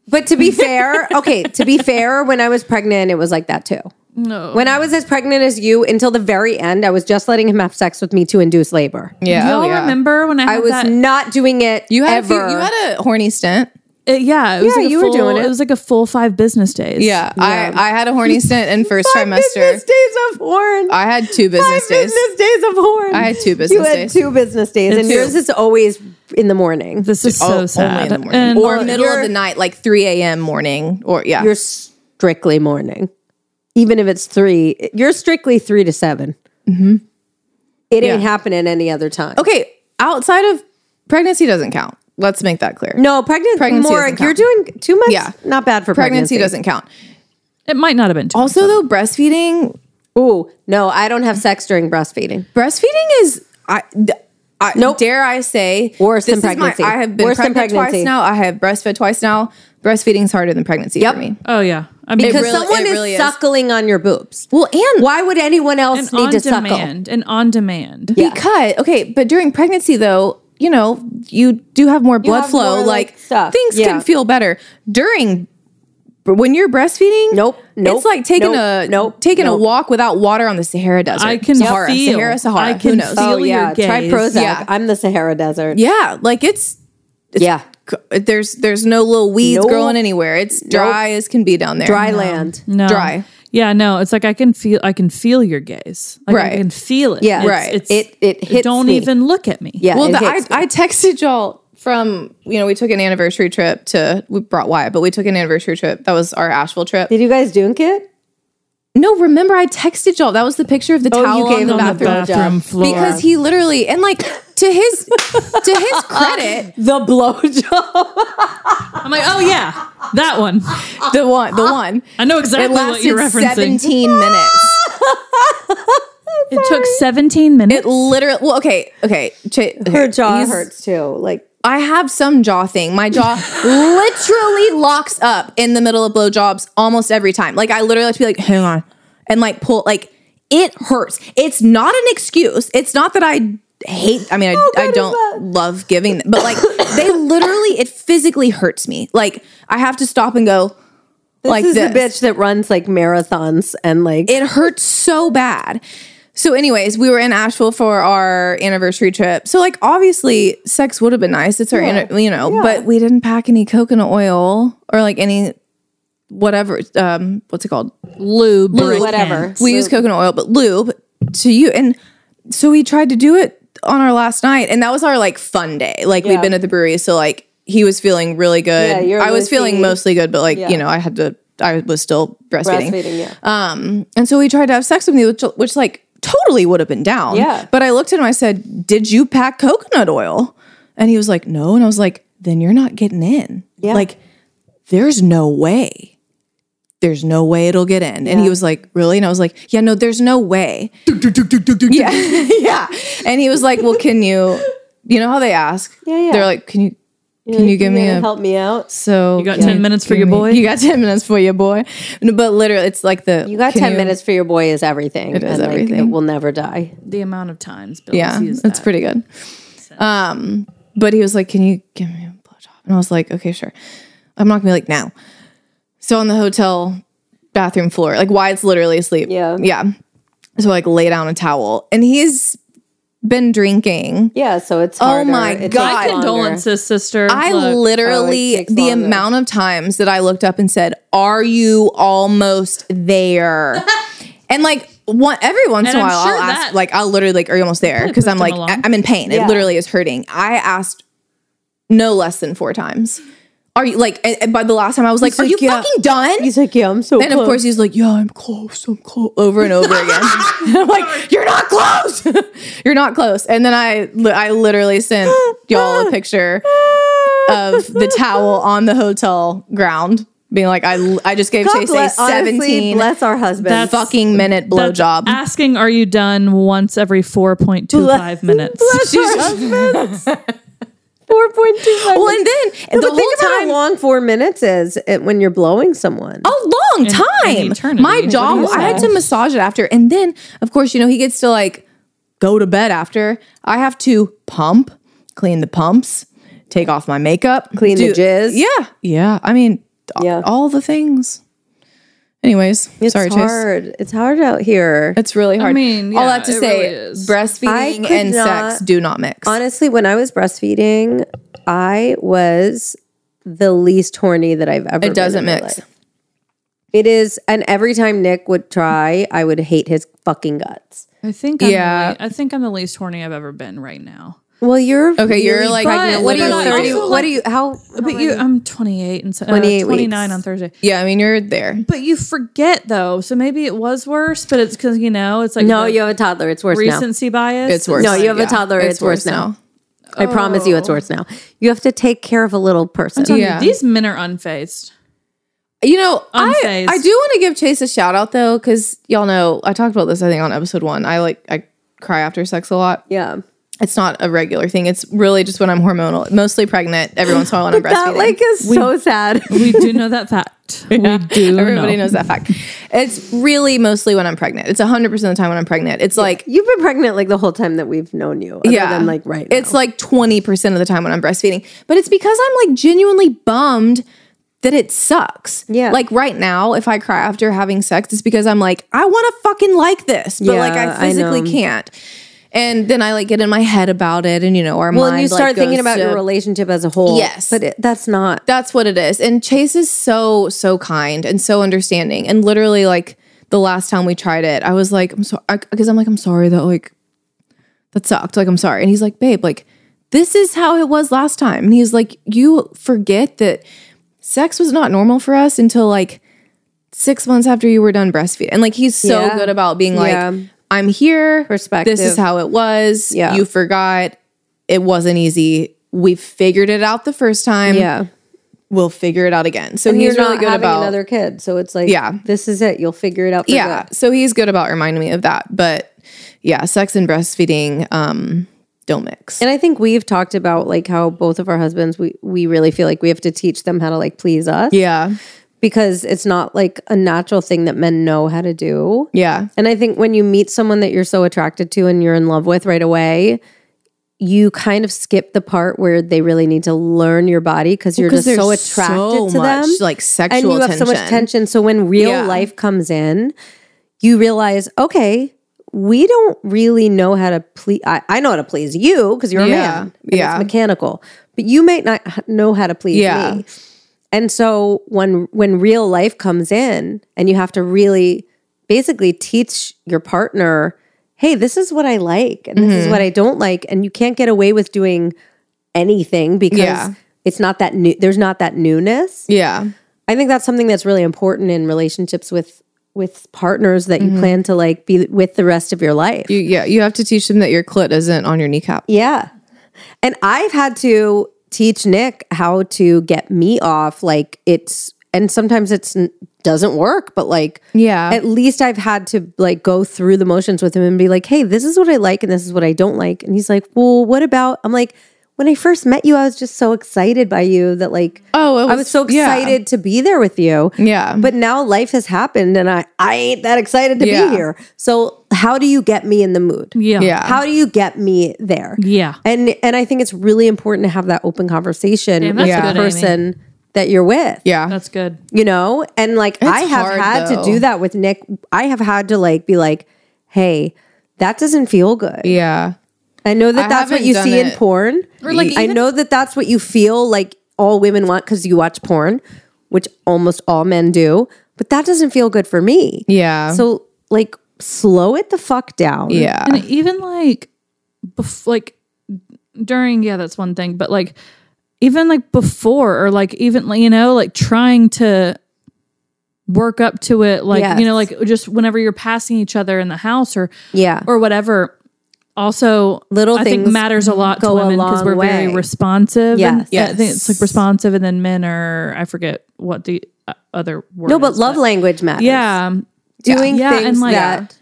but to be fair, okay, to be fair, when I was pregnant, it was like that too. No. When I was as pregnant as you until the very end, I was just letting him have sex with me to induce labor. yeah. y'all oh, yeah. remember when I had I was that? not doing it. you had a few- ever. you had a horny stint. uh, yeah, it was Yeah, like a you were full- doing it. It was like a full five business days. Yeah, I I had a horny stint (laughs) in first Five trimester. business days of horn. I had two business Five days. business days of horn. I had two you business had days. two business days, and two. yours is always in the morning. This is so Oh, sad. Only in the morning. And- or middle of you're- the night, like 3 a.m. morning. Or yeah. You're strictly morning, even if it's three. You're strictly three to 7 It ain't Mm-hmm. Yeah. happening any other time. okay, outside of pregnancy doesn't count. Let's make that clear. No, pregnant. Pregnancy more. doesn't You're count. doing two months. Yeah. not bad for pregnancy pregnancy. doesn't count. it might not have been two. Also though, breastfeeding Ooh, no, I don't have sex during breastfeeding. breastfeeding is I d- I, dare I say Worse than this is my- pregnancy. I have been Worse than pregnant pregnancy. twice now. I have breastfed twice now. Breastfeeding's harder than pregnancy for me. oh yeah, I mean, Because really- someone it is really is. suckling on your boobs. Well, and Why would anyone else and need on to suckle? demand and on demand. because okay, but during pregnancy though, you know, you do have more blood have flow. more, like, like stuff. things Yeah. can feel better during. But when you're breastfeeding, Nope, nope, it's like taking nope, a nope, taking nope. a walk without water on the Sahara Desert. I can Sahara, feel. Sahara, Sahara. I who can knows? feel Oh yeah, your gaze. try Prozac. Yeah. I'm the Sahara Desert. Yeah, like it's Yeah, there's there's no little weeds Nope. growing anywhere. It's dry as can be down there. Um, dry land. No. Dry. Yeah, no. It's like I can feel. I can feel your gaze. Like, I Right. can feel it. Yeah, It's- Right. It's, It it hits. don't me. even look at me. Yeah, Well, it the, I, hits me. I texted y'all from you know we took an anniversary trip to we brought Wyatt, but we took an anniversary trip. That was our Asheville trip. Did you guys dunk it? No, remember I texted y'all. That was the picture of the towel Oh, you gave on the him the bathroom, blowjob. bathroom floor. because he literally and like to his to (laughs) his credit, The blowjob. I'm like, oh yeah, that one. the one the one I know exactly it what you're lasted referencing. seventeen minutes. It took 17 minutes. It literally. Well, okay, okay. Ch- Her jaw he's- hurts too. Like I have some jaw thing. (laughs) My jaw literally locks up in the middle of blowjobs almost every time. Like I literally like to be like, hang on, and like pull. Like it hurts. It's not an excuse. It's not that I hate. I mean, I, Oh, I don't love giving, them, but like (coughs) they literally, it physically hurts me. Like I have to stop and go. this like is this the bitch that runs like marathons and like it hurts so bad. So, anyways, we were in Asheville for our anniversary trip. So, like, obviously, sex would have been nice. It's our, anni- you know, but we didn't pack any coconut oil or like any whatever. Um, what's it called? lube, whatever. we use coconut oil, but lube to you. And so we tried to do it on our last night, and that was our like fun day. Like Yeah. we'd been at the brewery, so like he was feeling really good. Yeah, you're I was really feeling feeling- mostly good, but like Yeah. you know, I had to. I was still breastfeeding. breastfeeding. Yeah. Um, And so we tried to have sex with me, which, which like totally would have been down. Yeah. But I looked at him, I said, Did you pack coconut oil? And he was like, No. And I was like, Then you're not getting in. Yeah. Like, there's no way. There's no way it'll get in. And he was like, Really? And I was like, Yeah, no, there's (laughs) no way. yeah. (laughs) yeah. And he was like, Well, can you, you know how they ask? Yeah, yeah. They're like, Can you, can you give me gonna a help me out? so you got 10 minutes for your boy? You got ten minutes for your boy, No, but literally, it's like the You got can ten minutes for your boy is everything. It is and, like, everything. it will never die. The amount of times Bill yeah, has used that's that. pretty good. Um, but he was like, "Can you give me a blowjob?" And I was like, "Okay, sure." I'm not gonna be like now. So on the hotel bathroom floor, like Wyatt's literally asleep. Yeah. yeah. So like lay down a towel, and he's been drinking. Yeah, so it's harder. my It takes God. My I- condolences, sister. I Look, uh, literally takes the longer. amount of times that I looked up and said, "Are you almost (laughs) there?" and like one every once And in a I'm while, sure I'll ask, that- like, "I'll literally like, are you almost there?" Because I'm like, pushed him I- along. I'm in pain. Yeah. It literally is hurting. I asked no less than four times. Are you like? And, and by the last time, I was like, "Are like, you yeah. fucking done?" He's like, yeah, I'm so. and of course, he's like, "Yeah, I'm close. I'm close." Over and (laughs) over again. (laughs) And I'm like, "You're not close. (laughs) You're not close." And then I, li- I (laughs) literally sent y'all a picture of the towel on the hotel ground, being like, "I, I just gave God Chase bless- a honestly, 17 bless our husband. That's- fucking minute that's blowjob." Asking, are you done once every 4.25 minutes? bless our husbands. Four point two five. (laughs) Well, and then the (laughs) but think about whole time. how long four minutes is it, when you're blowing someone. a long an time. eternity. My jaw, Yeah. I had to massage it after. And then, of course, you know, he gets to like go to bed after. I have to pump, clean the pumps, take off my makeup, Clean the jizz. Yeah. Yeah. I mean, a- Yeah. all the things. Anyways, it's sorry, Chase. hard. It's hard out here. It's really hard. mean, all yeah, that to it say, really is. breastfeeding I could and not- sex do not mix. Honestly, when I was breastfeeding, I was the least horny that I've ever. been it doesn't in my mix. life. It is, and every time Nick would try, I would hate his fucking guts. I think I'm Yeah. yeah. I think I'm the least horny I've ever been right now. Well, you're Okay, you're like- pregnant. But- what are you? but Thirty? also, What are you? How? how But you I'm 28 and so, uh, 28 weeks. 29 on Thursday. Yeah, I mean, you're there. But you forget though. So maybe it was worse, but it's cuz you know, it's like no, the you have a toddler. It's worse now. recency bias. It's worse. No, you have a Yeah, toddler. It's, worse, now. I promise you, it's worse now. You have to take care of a little person. Tell me, Yeah. These men are unfazed. You know, I, Unfazed. I do want to give Chase a shout out though, because y'all know I talked about this I think on episode one. I like I cry after sex a lot. Yeah, It's not a regular thing. It's really just when I'm hormonal, mostly pregnant. Every once in (laughs) a while when I'm breastfeeding. that like is so (laughs) sad. We do know that fact. (laughs) We do. Everybody know. knows that fact. It's really mostly when I'm pregnant. It's 100% of the time when I'm pregnant. It's like You've been pregnant like the whole time that we've known you. Other yeah, than like right. It's like 20% of the time when I'm breastfeeding, but it's because I'm like genuinely bummed that it sucks. Yeah. Like right now, if I cry after having sex, it's because I'm like, I want to fucking like this, but like Yeah, I I physically know. can't. And then I like get in my head about it, and you know, our well, mind. and you like, start thinking goes about to- your relationship as a whole. Yes. but it, that's not. That's what it is. And Chase is so so kind and so understanding. And literally, like the last time we tried it, I was like, I'm sorry, because I'm like, I'm sorry that like that sucked. Like, I'm sorry. And he's like, babe, like, this is how it was last time. And he's like, you forget that sex was not normal for us until like six months after you were done breastfeeding. And like he's so Yeah. good about being like, Yeah. I'm here. Perspective. This is how it was. Yeah. You forgot. It wasn't easy. We figured it out the first time. yeah. We'll figure it out again. So And he's you're really not good having about another kid, so it's like, Yeah. this is it. You'll figure it out. For yeah good. so he's good about reminding me of that but yeah sex and breastfeeding um don't mix And I think we've talked about like how both of our husbands, we we really feel like we have to teach them how to like please us yeah because it's not like a natural thing that men know how to do. yeah And I think when you meet someone that you're so attracted to and you're in love with right away, you kind of skip the part where they really need to learn your body because you're just there's so attracted so to much, them. like and sexual you have tension. so much tension. So when real Yeah. life comes in, you realize, okay, we don't really know how to please. I, I know how to please you because you're a Yeah. man. and Yeah. it's mechanical, but you might not h- know how to please Yeah. me. And so when when real life comes in, and you have to really basically teach your partner, hey, this is what I like, and this Mm-hmm. is what I don't like, and you can't get away with doing anything because. Yeah. It's not that new. There's not that newness. yeah I think that's something that's really important in relationships with with partners that you plan to like be with the rest of your life. Mm-hmm. you, yeah you have to teach them that your clit isn't on your kneecap yeah. And I've had to teach Nick how to get me off like it's and sometimes it's n- doesn't work, but like Yeah. At least I've had to like go through the motions with him and be like, "Hey, this is what I like and this is what I don't like." And he's like, "Well, what about?" I'm like, "When I first met you, I was just so excited by you that like Oh, it I was- was so yeah. excited to be there with you." Yeah. But now life has happened and I, I ain't that excited to Yeah. be here. So how do you get me in the mood? Yeah. Yeah. How do you get me there? Yeah. And and I think it's really important to have that open conversation Damn, with that's the good, Amy. person that you're with. yeah That's good. You know? And like I have hard, had though. to do that with Nick. I have had to like be like, hey, that doesn't feel good. yeah I know that I that's what haven't you done see in it. porn. Or, like, I even- know that that's what you feel like all women want because you watch porn, which almost all men do. But that doesn't feel good for me. yeah So like, slow it the fuck down. yeah And even like, bef- like during, yeah, that's one thing, but like even like before or like even like, you know, like trying to work up to it, like you know, Yes. like just whenever you're passing each other in the house or Yeah. or whatever. Also, Little I think things matters a lot to go a women because long we're very way. responsive. Yes. and, I think it's like Yes. responsive, and then men are I forget what the uh, other word. No, but is, love language matters. Yeah, Doing Yeah, and, things like, that.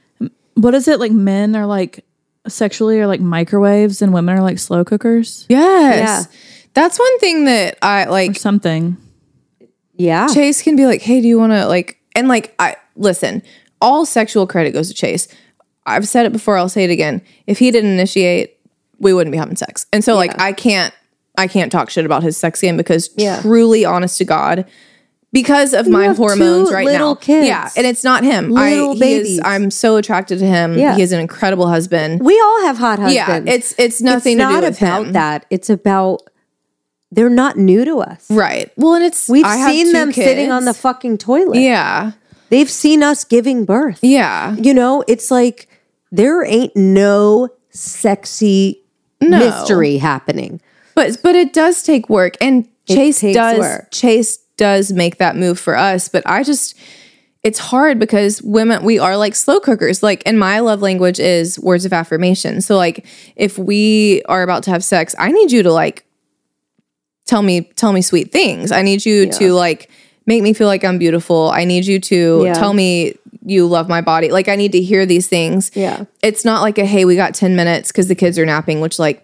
what is it like? Men are like sexually are like microwaves, and women are like slow cookers yes that's one thing that i or like something. Yeah. Chase can be like, "Hey, do you want to like?" And like, I listen. All sexual credit goes to Chase. I've said it before. I'll say it again. If he didn't initiate, we wouldn't be having sex. And so, like, I can't, I can't talk shit about his sex game because, Yeah. truly, honest to God, because of my have hormones two right little now. kids. Yeah, and it's not him. Little I, he babies. is, I'm so attracted to him. Yeah. he is an incredible husband. We all have hot husbands. yeah, it's it's nothing it's not to do with about him. that. It's about they're not new to us. Right. Well, and it's We've Mm. I have seen two them sitting on the kids. fucking toilet. yeah. They've seen us giving birth. Yeah. You know, it's like there ain't no sexy mystery happening. But but it does take work, and Chase takes does work. Chase does make that move for us. But I just it's hard because women we are like slow cookers. Like, and my love language is words of affirmation. So like, if we are about to have sex, I need you to like tell me tell me sweet things. I need you to like make me feel like I'm beautiful. I need you to Yeah. tell me you love my body. Like I need to hear these things. Yeah. It's not like a hey, we got 10 minutes cuz the kids are napping, which like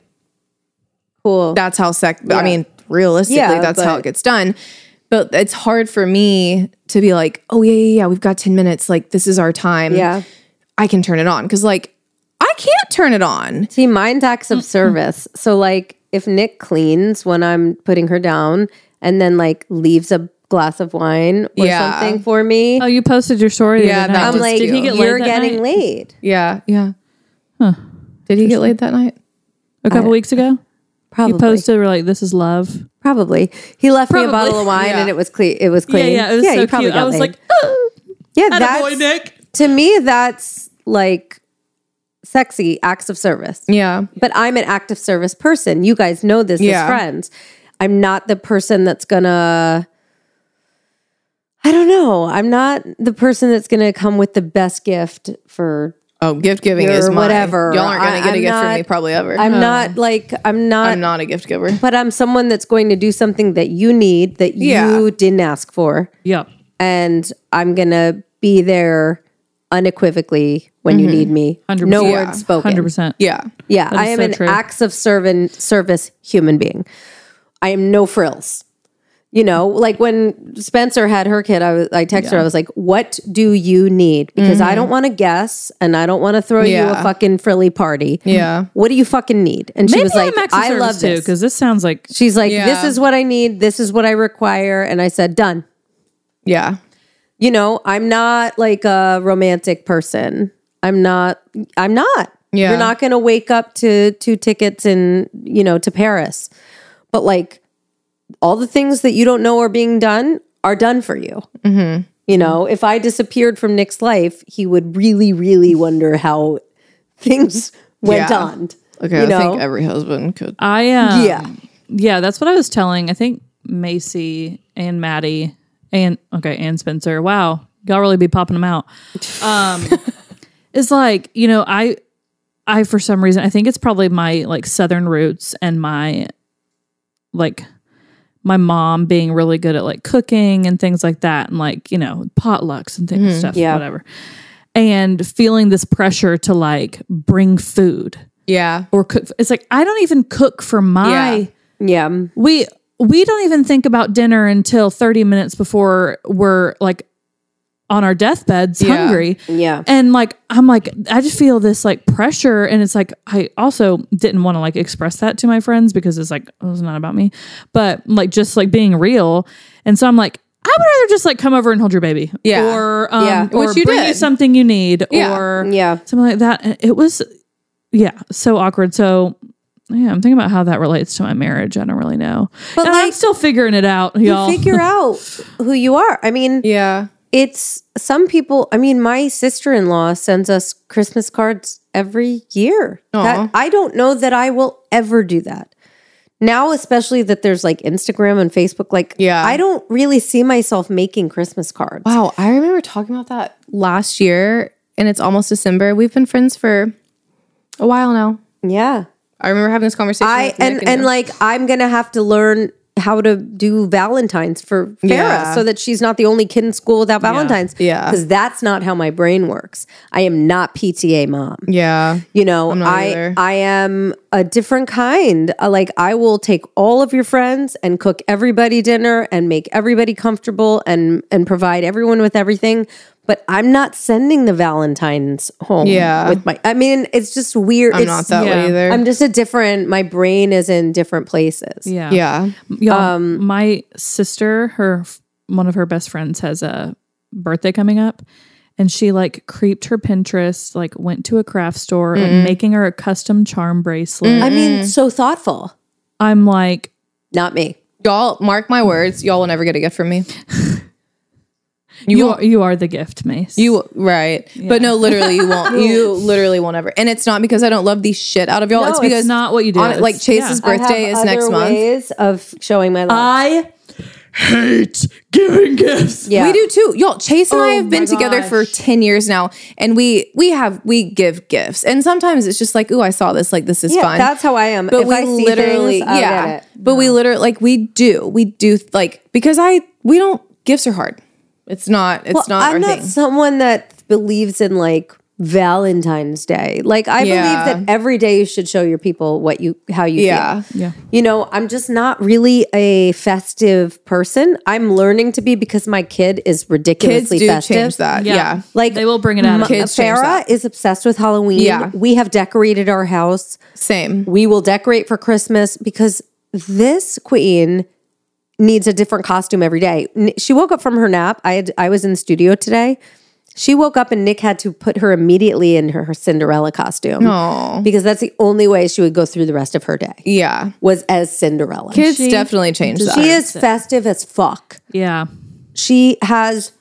Cool. that's how sex i mean realistically Yeah, that's how but- it gets done but it's hard for me to be like oh yeah yeah yeah we've got 10 minutes like this is our time yeah. i can turn it on because like i can't turn it on See, mine's acts of service. So, like, if Nick cleans when I'm putting her down and then, like, leaves a glass of wine or Yeah. something for me, Oh, you posted your story. Yeah, that the other night. I'm was like, Did he get laid you're that getting night? laid. yeah yeah did he get laid that night a couple weeks ago. Probably. You posted. We're like, this is love. Probably. He left me a Probably. bottle of wine Yeah. and it was clean. It was Yeah, clean. yeah. It was so you probably cute. got I was laid. like, yeah, attaboy, that's, Nick. to me, that's like sexy acts of service. yeah But I'm an active service person. You guys know this Yeah. as friends. I'm not the person that's gonna I don't know. I'm not the person that's going to come with the best gift for. Oh, gift giving Your is mine. whatever. Y'all aren't I- gonna get a I'm gift not- from me probably ever. I'm not like I'm not, Uh-huh. I'm not a gift giver. but I'm someone that's going to do something that you need that Yeah. you didn't ask for, Yep. and I'm going to be there unequivocally when Mm-hmm. you need me. 100%. No Yeah. words spoken. Hundred percent. Yeah. Yeah, I am is so an true. acts of servant service human being. I am no frills. You know, like when Spencer had her kid, I was I texted her. I was like, "What do you need?" Because Mm-hmm. I don't want to guess, and I don't want to throw you a Yeah. fucking frilly party. Yeah. what do you fucking need? And she Maybe was like, I'm acts of "I service love too this." because this sounds like She's like, "This Yeah. is what I need. This is what I require." And I said, "Done." Yeah. You know, I'm not like a romantic person. I'm not. I'm not. Yeah. You're not going to wake up to two tickets and you know to Paris, but like all the things that you don't know are being done are done for you. Mm-hmm. You know, if I disappeared from Nick's life, he would really, really wonder how things went Yeah. on. Okay. you I know? think every husband could. I um, Yeah. yeah. That's what I was telling. I think Macy and Maddie and okay and Spencer. Wow, y'all really be popping (laughs) them out. Um, it's like you know I I for some reason I think it's probably my like southern roots and my like my mom being really good at like cooking and things like that and like you know potlucks and things stuff Mm-hmm. Yeah. whatever and feeling this pressure to like bring food Yeah. or cook. It's like I don't even cook for my. Yeah. yeah. We we don't even think about dinner until thirty minutes before we're like on our deathbeds, Yeah. hungry. Yeah. And like I'm like I just feel this like pressure, and it's like I also didn't want to like express that to my friends because it's like oh, it's not about me, but like just like being real, and so I'm like. I would rather just like come over and hold your baby, Yeah. or um, Yeah. or Which you bring you did. something you need, Yeah. or Yeah. something like that. And It was, yeah, so awkward. So, yeah, I'm thinking about how that relates to my marriage. I don't really know. But, But I'm like, still figuring it out, y'all. Figure out who you are. I mean, Yeah. it's some people i mean my sister-in-law sends us christmas cards every year that, i don't know that i will ever do that now especially that there's like instagram and facebook like Yeah. i don't really see myself making christmas cards Wow. I remember talking about that last year and it's almost December. We've been friends for a while now. yeah I remember having this conversation. i with Nick and and, him. like i'm gonna have to learn how to do valentines for Farah Yeah. so that she's not the only kid in school without valentines Yeah. because that's not how my brain works i am not pta mom yeah. You know, not I either. I am a different kind. Uh, Like I will take all of your friends and cook everybody dinner and make everybody comfortable and and provide everyone with everything. But I'm not sending the Valentines home. Yeah. with my. I mean, it's just weird. I'm it's, not that yeah. way either. I'm just a different. My brain is in different places. yeah, yeah. Y'all, Um, my sister, her one of her best friends has a birthday coming up, and she like creeped her Pinterest, like went to a craft store, Mm-hmm. like making her a custom charm bracelet. I mean, so thoughtful. I'm like, Not me. Y'all mark my words. Y'all will never get a gift from me. you, are you are the gift, Mace. You right, but no, literally, you won't. you literally won't ever. And it's not because I don't love the shit out of y'all. it's it's because not what you do. on it, like It's- Chase's yeah. birthday is next month. Uh, Ways of showing my love. I hate giving gifts. yeah, We do too, y'all. Chase and I Oh have been my together for ten years now, and we we have we give gifts, and sometimes it's just like, ooh, I saw this, like this is Yeah, fun. that's how I am. but if we I see literally, things, I'll yeah, get it. but we literally like we do, we do like because I we don't gifts are hard. It's not. It's not I'm our not thing. someone that believes in like Valentine's Day. Like I Yeah. believe that every day you should show your people what you how you Yeah. feel. yeah. You know, I'm just not really a festive person. I'm learning to be because my kid is Kids ridiculously do festive. change that. Yeah. yeah. Like They will bring it out. my- of Kids change Farah that. is obsessed with Halloween. Yeah. We have decorated our house. Same. We will decorate for Christmas because this queen needs a different costume every day. N- She woke up from her nap. I had, I was in the studio today. She woke up and Nick had to put her immediately in her, her Cinderella costume because that's the only way she would go through the rest of her day Yeah. was as Cinderella. Kids definitely change that. she is festive as fuck. yeah. She has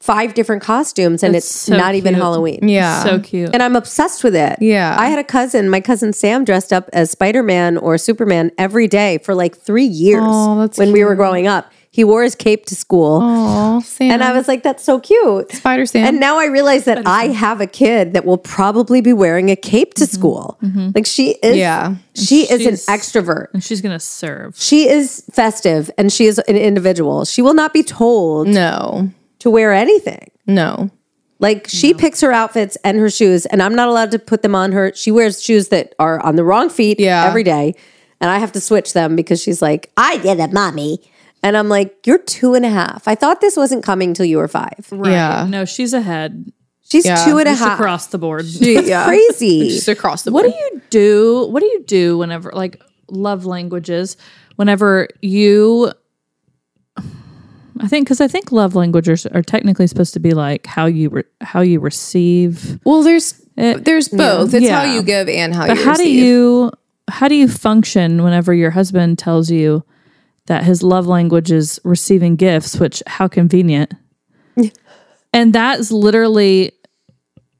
five different costumes and That's it's so not even cute. Halloween. yeah. So cute. And I'm obsessed with it. Yeah. I had a cousin, my cousin Sam dressed up as Spider Man or Superman every day for like three years Aw, Oh, that's Oh, when we were growing up. He wore his cape to school. Aw, Sam. And I was like, that's so cute. Spider Sam. And now I realize that I have a kid that will probably be wearing a cape to school. Like she is, Mm-hmm. Yeah. Mm-hmm. she is an She's- extrovert. and she's gonna serve. She is festive and she is an individual. She will not be told no, to wear anything. no. Like she picks her outfits and her shoes, and I'm not allowed to put them on her. She wears shoes that are on the wrong feet Yeah. every day, and I have to switch them because she's like, "I did it, mommy," and I'm like, "You're two and a half. I thought this wasn't coming till you were five. Right. Yeah. No, she's ahead. She's Yeah. two and a Just half. across the (laughs) board. That's crazy. Just across the what board. do you do? What do you do whenever like love languages? Whenever you, I think because I think love languages are technically supposed to be like how you re- how you receive. well, there's It- there's both. It's Yeah. how you give and how But you how do receive. you how do you function whenever your husband tells you that his love language is receiving gifts, which how convenient. (laughs) and that's literally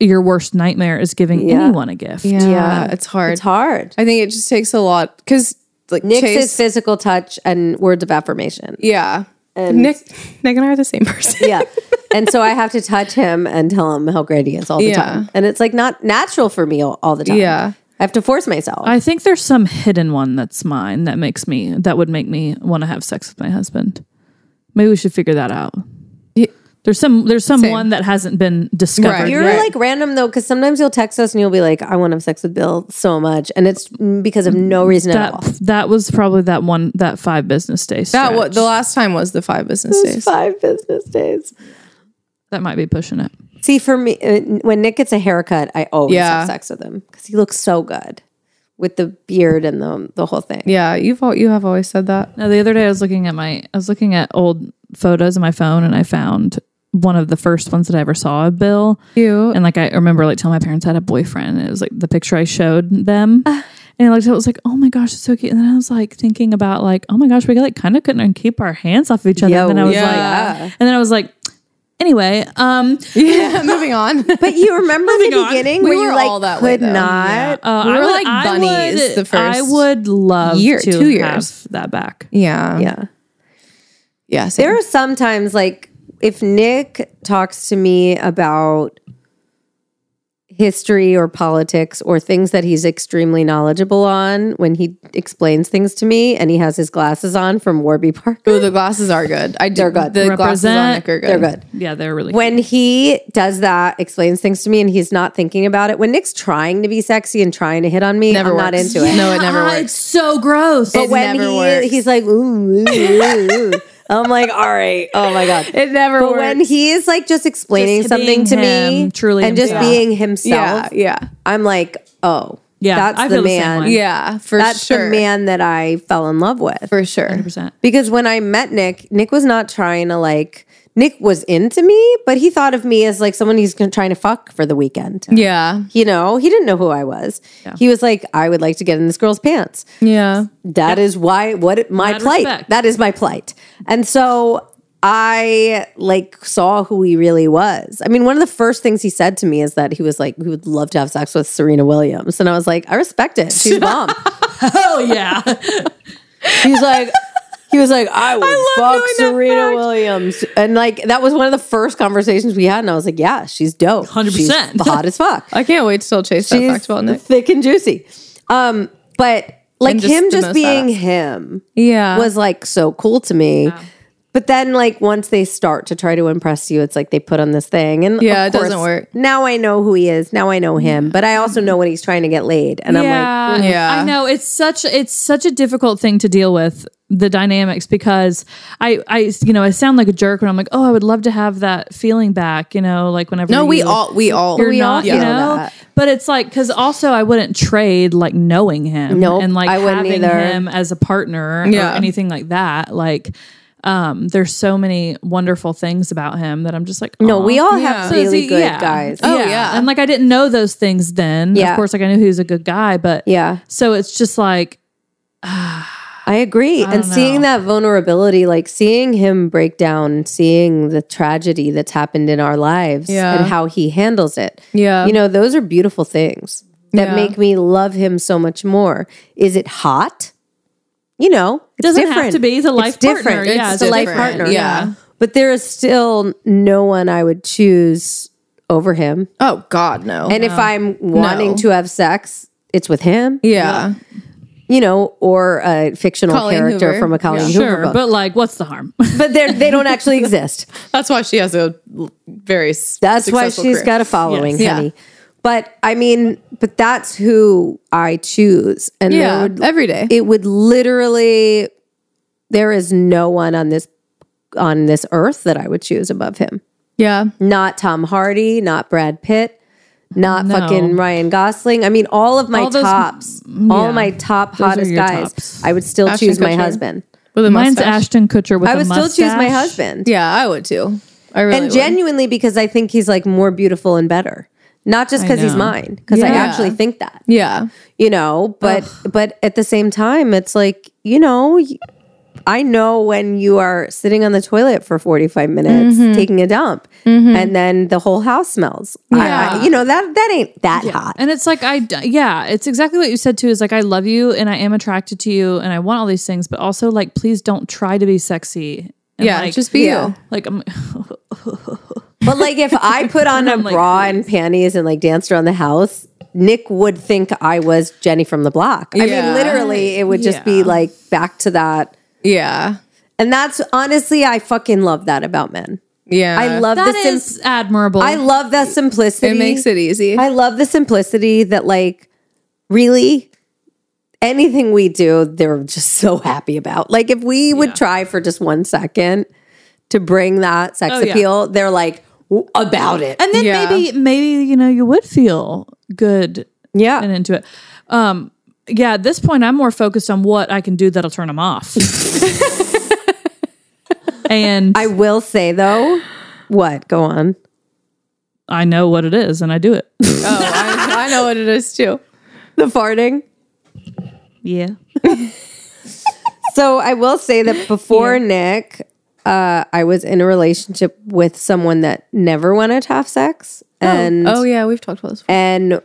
your worst nightmare is giving anyone a gift. yeah, it's hard. It's hard. I think it just takes a lot because like Nick's is Chase. physical touch and words of affirmation. yeah. Nick, Nick and I are the same person. (laughs) Yeah. And so I have to touch him and tell him how great he is all the Yeah. time. And it's like not natural for me all, all the time. Yeah. I have to force myself. I think there's some hidden one that's mine that makes me that would make me want to have sex with my husband. Maybe we should figure that out. Yeah. There's some there's some one that hasn't been discovered. Right. You're yet. like random though, because sometimes you'll text us and you'll be like, "I want to have sex with Bill so much," and it's because of Mm, no reason at all. that that was probably that one that five business days. That what the last time was the five business days. Five business days. that might be pushing it. See, for me, uh, when Nick gets a haircut, I always Yeah. have sex with him because he looks so good with the beard and the the whole thing. Yeah, you've al- you have always said that. Now the other day I was looking at my I was looking at old photos on my phone and I found one of the first ones that I ever saw of Bill. Cute. And like I remember like telling my parents I had a boyfriend. And it was like the picture I showed them. Ah. And I looked at it, I was like, oh my gosh, it's so cute. And then I was like thinking about like, oh my gosh, we like kind of couldn't keep our hands off of each other. Yo, and then I was yeah. like, and then I was like, anyway, um, Yeah, (laughs) moving on. (laughs) But you (laughs) remember the on. beginning We where were you like all that way, could though. not. uh, We I were would, like I bunnies would- the first I would love year, to two have years. that back. yeah, Yeah. yeah. There are sometimes like if Nick talks to me about history or politics or things that he's extremely knowledgeable on when he explains things to me and he has his glasses on from Warby Parker. Ooh, the glasses are good. I do. They're good. The glasses on Represent. Nick are (laughs) good. They're good. Yeah, they're really When he does that, explains things to me and he's not thinking about it. When Nick's trying to be sexy and trying to hit on me, Never I'm works. not into it. (laughs) No, it (laughs) never works. It's so gross. But when never he works. he's like, ooh, ooh, ooh, (laughs) ooh. I'm like, all right, oh my god, It never But when he's like just explaining Just something being to me, him, truly and just himself. being himself, Yeah, yeah, I'm like, oh, Yeah, that's I the feel the same man. way. yeah. For that's sure. the man that I fell in love with. For sure. Because when I met Nick, Nick was not trying to like. Nick was into me, but he thought of me as like someone he's gonna- trying to fuck for the weekend. Yeah. You know, he didn't know who I was. He was like, I would like to get in this girl's pants. Yeah. That is why what it- my Mad plight. respect. That is my plight. And so I like saw who he really was. I mean, one of the first things he said to me is that he was like, "We would love to have sex with Serena Williams," and I was like, "I respect it. She's a (laughs) mom." Oh yeah. He's like. He was like, I would love fuck knowing that Serena fact. Williams. And like, that was one of the first conversations we had. And I was like, yeah, she's dope. 100%. She's hot as fuck. I can't wait to tell Chase (laughs) that fact She's about Nick. thick and juicy. Um, but like And just him the just most being him Yeah. was like so cool to me. But then, like once they start to try to impress you, it's like they put on this thing, and Yeah, of it doesn't course, work. Now I know who he is. Now I know him, but I also know when he's trying to get laid, and I'm like, yeah, Yeah. "Mm, I know it's such it's such a difficult thing to deal with the dynamics because I I you know I sound like a jerk when I'm like oh I would love to have that feeling back you know like whenever no, we you- all we all you're not yeah. you know that. but it's like because also I wouldn't trade like knowing him Nope, and like I wouldn't having either. him as a partner Yeah. or anything like that like um there's so many wonderful things about him that I'm just like no, we all Yeah. have So really See, good yeah. guys. Oh, yeah. And like I didn't know those things then. Yeah. Of course, like I knew he was a good guy, but Yeah. So it's just like I agree. and seeing that vulnerability, like seeing him break down, seeing the tragedy that's happened in our lives Yeah. and how he handles it. Yeah. You know, those are beautiful things that Yeah. make me love him so much more. Is it hot? you know, it's doesn't different. have to be the It's life different. partner. It's yeah, the life different. partner. Yeah. But there is still no one I would choose over him. Oh God, no. And if I'm wanting No. to have sex, it's with him, yeah. you know, or a fictional Colleen character Hoover. from a Colleen Hoover Sure, book. but like, what's the harm? (laughs) But they're- they don't actually exist. That's why she has a l- very. s- (laughs) That's why successful she's career. got a following, Yes. honey. But I mean, but that's who I choose. And there Yeah, would- every day. it would literally there is no one on this on this earth that I would choose above him. yeah, Not Tom Hardy, not Brad Pitt, not No. fucking Ryan Gosling. I mean, all of my All those- tops, all my top are hottest your guys, tops. I would still Ashton choose my Kutcher. husband. with a Mine's mustache. Ashton Kutcher with I a would still mustache. choose my husband. Yeah, I would too. I really and would. genuinely because I think he's like more beautiful and better. Not just because he's know. mine, because I Yeah. actually think that. Yeah, you know but but at the same time it's like you know y- i know when you are sitting on the toilet for 45 minutes Mm-hmm. taking a dump and then the whole house smells I- I- Yeah. you know that that ain't that hot And it's like I d- yeah, it's exactly what you said too. Is like I love you and I am attracted to you and I want all these things, but also like please don't try to be sexy. And, yeah. like, just be yeah. you. like um, I'm but like if (laughs) i put on a I'm like, bra and panties and like danced around the house nick would think i was jenny from the block i mean Yeah. literally it would just be Yeah. like back to that Yeah, and that's honestly i fucking love that about men yeah. i love Uh, that the sim- is admirable. i love that simplicity It makes it easy. I love the simplicity that, like, really anything we do, they're just so happy about. Like, if we would try for just one second to bring that sex Oh, yeah. appeal, they're like, "W- about it. and then Yeah. maybe maybe you know you would feel good yeah. and into it. Um yeah, at this point I'm more focused on what I can do that'll turn them off. and I I, will say, though, what? Go on. I know what it is and I do it. (laughs) oh, I, I know what it is too. The farting. yeah. So I will say that before Nick, uh, I was in a relationship with someone that never wanted to have sex. And Oh yeah, we've talked about this. Before. and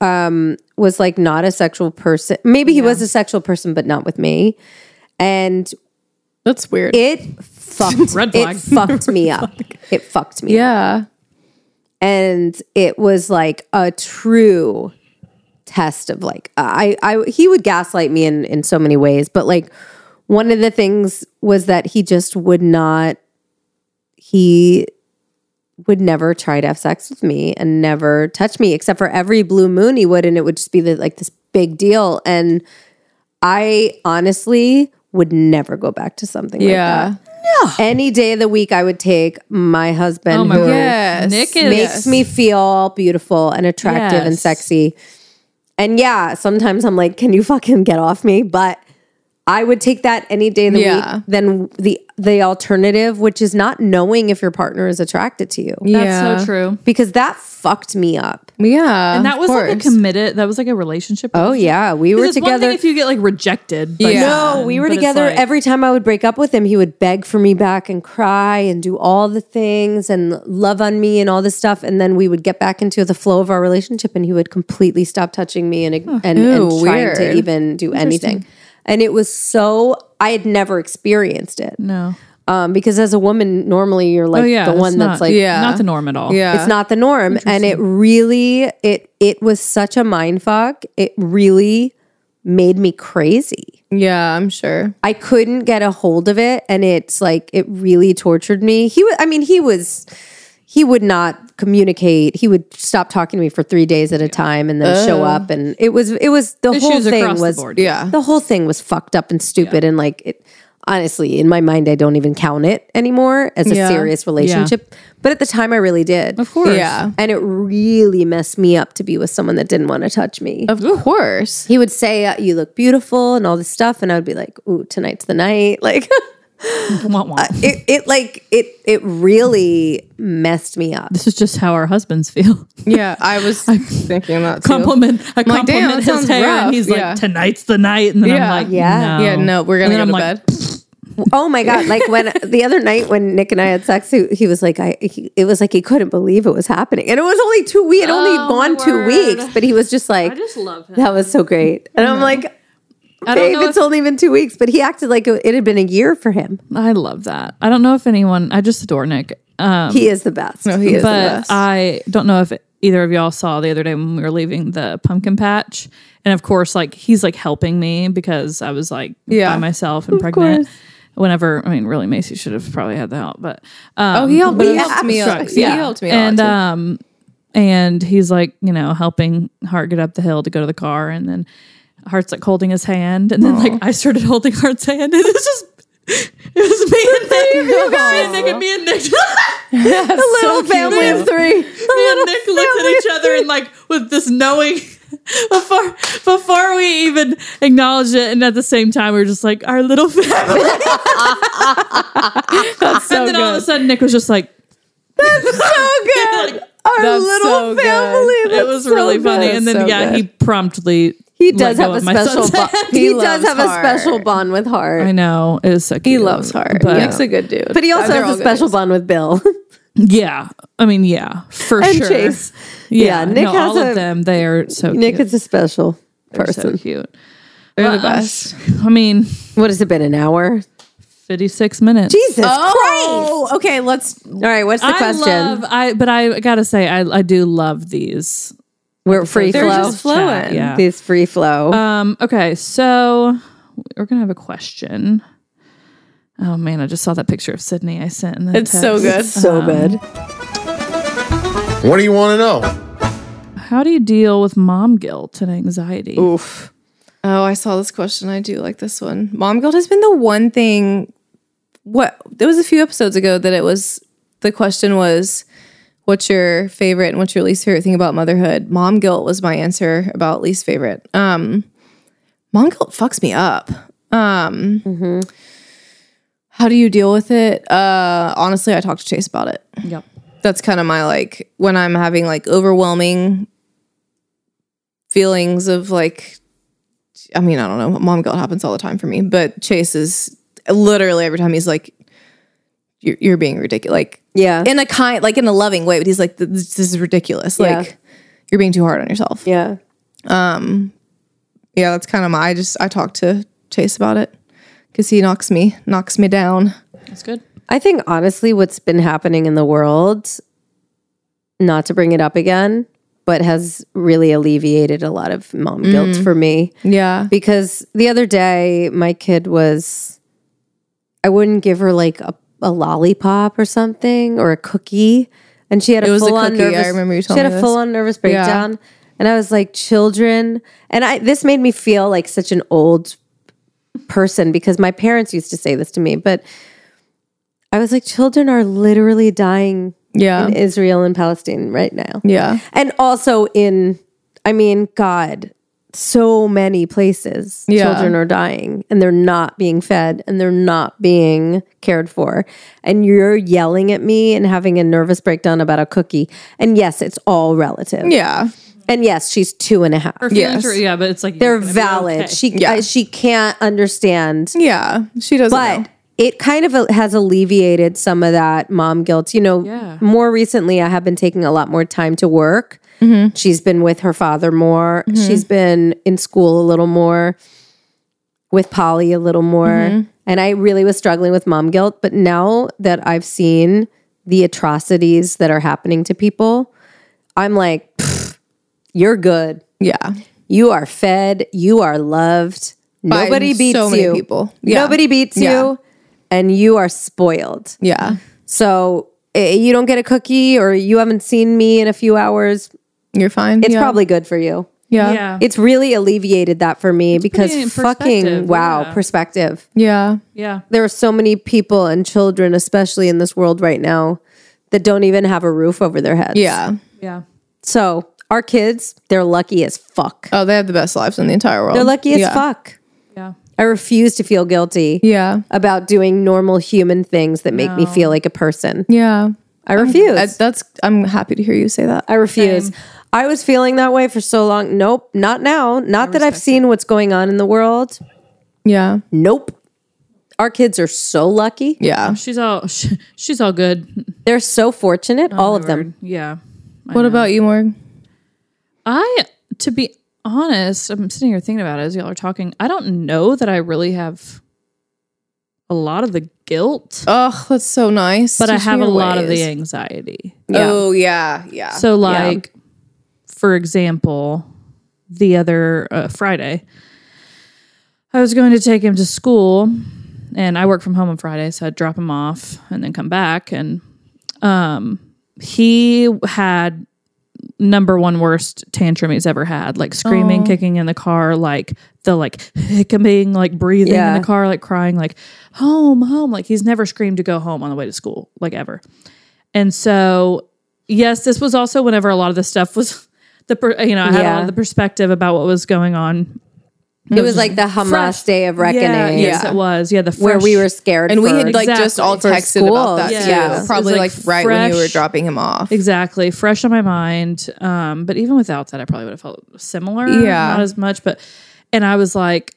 um was like not a sexual person. Maybe he was a sexual person but not with me. And That's weird. it fucked Red flag. it fucked me up. It fucked me. up. yeah, And it was like a true test of like I I he would gaslight me in in so many ways, but like one of the things was that he just would not he would never try to have sex with me and never touch me except for every blue moon he would and it would just be the, like this big deal and i honestly would never go back to something Yeah. like that any day of the week i would take my husband Oh my who word. Yes. Nick is makes me feel beautiful and attractive and Yes. sexy and yeah sometimes i'm like can you fucking get off me but i would take that any day of the Yeah. week than the the alternative which is not knowing if your partner is attracted to you That's yeah. so true. because that fucked me up. Yeah, And that was like a course. committed. That was like a relationship. Oh yeah, we were Because it's one together. thing if you get like rejected. by Yeah. someone, no, Oh, we were Um, but it's together. like- Every time I would break up with him, he would beg for me back and cry and do all the things and love on me and all this stuff. And then we would get back into the flow of our relationship, and he would completely stop touching me and and, and, Ew, trying to weird. even do anything. And it was so I had never experienced it no. um, because as a woman, normally you're like Oh yeah, the it's one that's not- like Yeah. not the norm at all. (laughs) Yeah. it's not the norm and it really it it was such a mind fuck it really made me crazy yeah, I'm sure. i couldn't get a hold of it and it's like it really tortured me he was i mean he was he would not communicate he would stop talking to me for three days at a time and then show up and it was it was the whole Issues thing across the was board. Yeah, the whole thing was fucked up and stupid and like it honestly in my mind i don't even count it anymore as a Yeah. serious relationship but at the time i really did Of course. yeah, and it really messed me up to be with someone that didn't want to touch me. of course. He would say, uh, "You look beautiful" and all this stuff, and I would be like, "Ooh, tonight's the night." (laughs) Like Wah, wah. it, it, like it, it really messed me (laughs) up. This is just how our husbands feel. (laughs) Yeah, I was thinking that too. Compliment. I damn, compliment that his sounds hair, rough. and he's Yeah. like, "Tonight's the night." And then Yeah. I'm like, Yeah. "No, Yeah, no, we're gonna And go then to I'm like, bed. Oh my god! Like when the other night when Nick and I had sex, he, he was like, "I," he, it was like he couldn't believe it was happening, and it was only two. We had only Oh, gone my two word. weeks, but he was just like, love him. "That was so great," and I'm like, I don't Babe, know it's only been two weeks, but he acted like it had been a year for him. I love that. I don't know if anyone. I just adore Nick. Um, he is the best. No, he is the but best. I don't know if either of y'all saw the other day when we were leaving the pumpkin patch. And of course, like he's like helping me because I was like Yeah. by myself and pregnant. Whenever I mean, really, Macy should have probably had the help, but um, oh, he helped, he yeah. helped me. a- Sucks, He yeah. helped me. and a lot, um and he's like you know helping hart get up the hill to go to the car and then hart's like holding his hand and then like i started (laughs) holding hart's hand and it's just it was me and Nick. (laughs) Me and Nick and me and Nick. too. a Little family of three. (laughs) me (laughs) and Nick looked at each other and like with this knowing (laughs) before before we even acknowledged it, and at the same time we were just like our (laughs) little (laughs) family. and then all of a sudden Nick was just like So good. Our That's little so good. family. it was really funny. good. And then So yeah, good. he promptly He let does go have a of my special son's bond. (laughs) hand. He, He does loves have Hart. a special bond with Hart. I know it was so He cute. loves hard. But- Nick's um, a good dude. But he also They're all has a good special dudes. bond with (laughs) Bill Yeah, I mean yeah, for and sure. Chase. Yeah, Yeah, Nick no, has all a- of them. They are so Nick cute. is a special They're so person. cute. They're the Well, best. I mean, What has it been? An hour? fifty six minutes. Jesus Oh, okay. Let's. Christ! All right, what's the I question? love I but I gotta say I I do love these. We're free They're flow. just flowing. Yeah. These free flow. Um okay, so we're gonna have a question. Oh man, I just saw that picture of Sydney I sent in the It's so text. good. um, so good. What do you want to know? How do you deal with mom guilt and anxiety? Oof. Oh, I saw this question. I do like this one. Mom guilt has been the one thing. What there was a few episodes ago that it was the question was, "What's your favorite and what's your least favorite thing about motherhood?" Mom guilt was my answer about least favorite. Um, mom guilt fucks me up. Um, how do you deal with it? Uh, honestly, I talked to Chase about it Yep. that's kind of my like when I'm having like overwhelming feelings of like I mean, I don't know, mom guilt happens all the time for me, but Chase is literally every time he's like you're, you're being ridiculous like Yeah. in a kind like in a loving way, but he's like this, this is ridiculous. Yeah. Like you're being too hard on yourself. Yeah, yeah. that's kind of my I just I talk to Chase about it cuz he knocks me knocks me down. That's good. I think honestly, what's been happening in the world, not to bring it up again, but has really alleviated a lot of mom guilt Mm. for me. Yeah. Because the other day, my kid was, I wouldn't give her like a, a lollipop or something or a cookie. And she had a was a full on cookie. I nervous. remember you she telling had me a this. full on nervous breakdown, and I was like, "Children," and I this made me feel like such an old person because my parents used to say this to me, but I was like, "Children are literally dying Yeah. in Israel and Palestine right now." yeah. And also in, I mean, God, so many places Yeah. children are dying and they're not being fed and they're not being cared for. And you're yelling at me and having a nervous breakdown about a cookie. And yes, it's all relative. Yeah. And yes, she's two and a half. Yes. Yeah, but it's like They're you're gonna be valid. okay. She Yeah. I- she can't understand Yeah. She doesn't but know. it kind of uh, has alleviated some of that mom guilt. You know, Yeah. more recently, I have been taking a lot more time to work. Mm-hmm. She's been with her father more. She's been in school a little more, with Polly a little more. Mm-hmm. And I really was struggling with mom guilt. But now that I've seen the atrocities that are happening to people, I'm like, "Pfft, you're good. Yeah. You are fed. You are loved. By Nobody beats so many you. people. Yeah. Nobody beats Yeah. you, and you are spoiled. Yeah. So eh, you don't get a cookie, or you haven't seen me in a few hours. You're fine. It's yeah. Uh-huh. probably good for you. yeah. Yeah. It's really alleviated that for me because pretty in fucking perspective, wow, yeah. perspective. Yeah. Yeah. There are so many people and children, especially in this world right now, that don't even have a roof over their heads. Yeah. Yeah. So our kids, they're lucky as fuck. Oh, they have the best lives in the entire world. They're lucky as yeah. fuck. Yeah. I refuse to feel guilty Yeah. about doing normal human things that make me feel like a person. Yeah. I refuse. I, Um, that's I'm happy to hear you say that. I refuse. I was feeling that way for so long. Nope, not now. Not that I've seen what's going on in the world. Yeah. Nope. Our kids are so lucky. Yeah. She's all (laughs) she, she's all good. They're so fortunate, all of them. Yeah. What about you, Morgan? I to be honest, I'm sitting here thinking about it as y'all are talking. I don't know that I really have a lot of the guilt, Oh, that's so nice. but I Teach me have a your lot of the ways. anxiety. Oh yeah, yeah. So, like, for example, the other uh, Friday, I was going to take him to school, and I work from home on Friday, so I'd drop him off and then come back. And um, he had number one worst tantrum he's ever had like screaming kicking in the car like the like hiccuping like breathing Yeah. in the car like crying like home home like he's never screamed to go home on the way to school like ever and so, yes, this was also whenever a lot of this stuff was (laughs) the per, you know I had a lot Yeah. of the perspective about what was going on. It was like the Hamas fresh. day of reckoning, yes, it was. Yeah, the fresh, where we were scared, and we for- had like just Exactly. all For texted about school, that. yeah. Yeah, It was probably like, like right when you were fresh- dropping him off. exactly fresh on my mind. Um, but even without that, I probably would have felt similar. Yeah. not as much, but and I was like,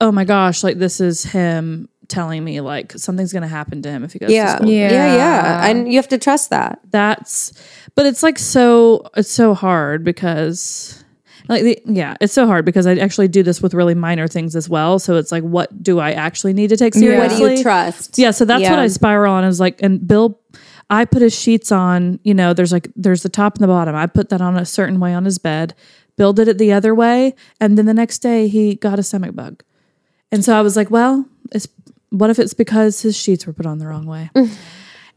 oh my gosh, like this is him telling me like something's going to happen to him if he goes to yeah, school. yeah, yeah, Yeah. and you have to trust that. that's but it's like so it's so hard because like the, yeah it's so hard because i actually do this with really minor things as well so it's like what do i actually need to take Yeah. seriously What do you trust? yeah so that's Yeah. what i spiral on is like and bill i put his sheets on you know there's like there's the top and the bottom i put that on a certain way on his bed bill did it the other way and then the next day he got a stomach bug and so i was like well it's what if it's because his sheets were put on the (laughs) wrong way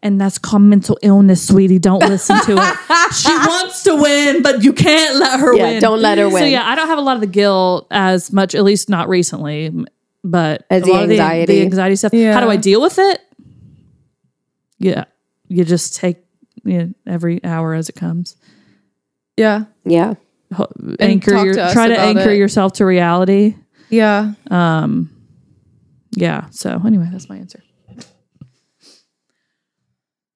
and that's called mental illness, sweetie. Don't listen to (laughs) it. she wants to win, but you can't let her Yeah, win. don't let her So win. yeah, I don't have a lot of the guilt as much, at least not recently, m- but As a the lot of anxiety. the, anxiety stuff. How do I deal with it? Yeah, you just take you know, every hour as it comes. Yeah, yeah. Ho- Anchor talk your, to us try to about anchor it. yourself to reality. yeah. Yeah. So anyway, that's my answer.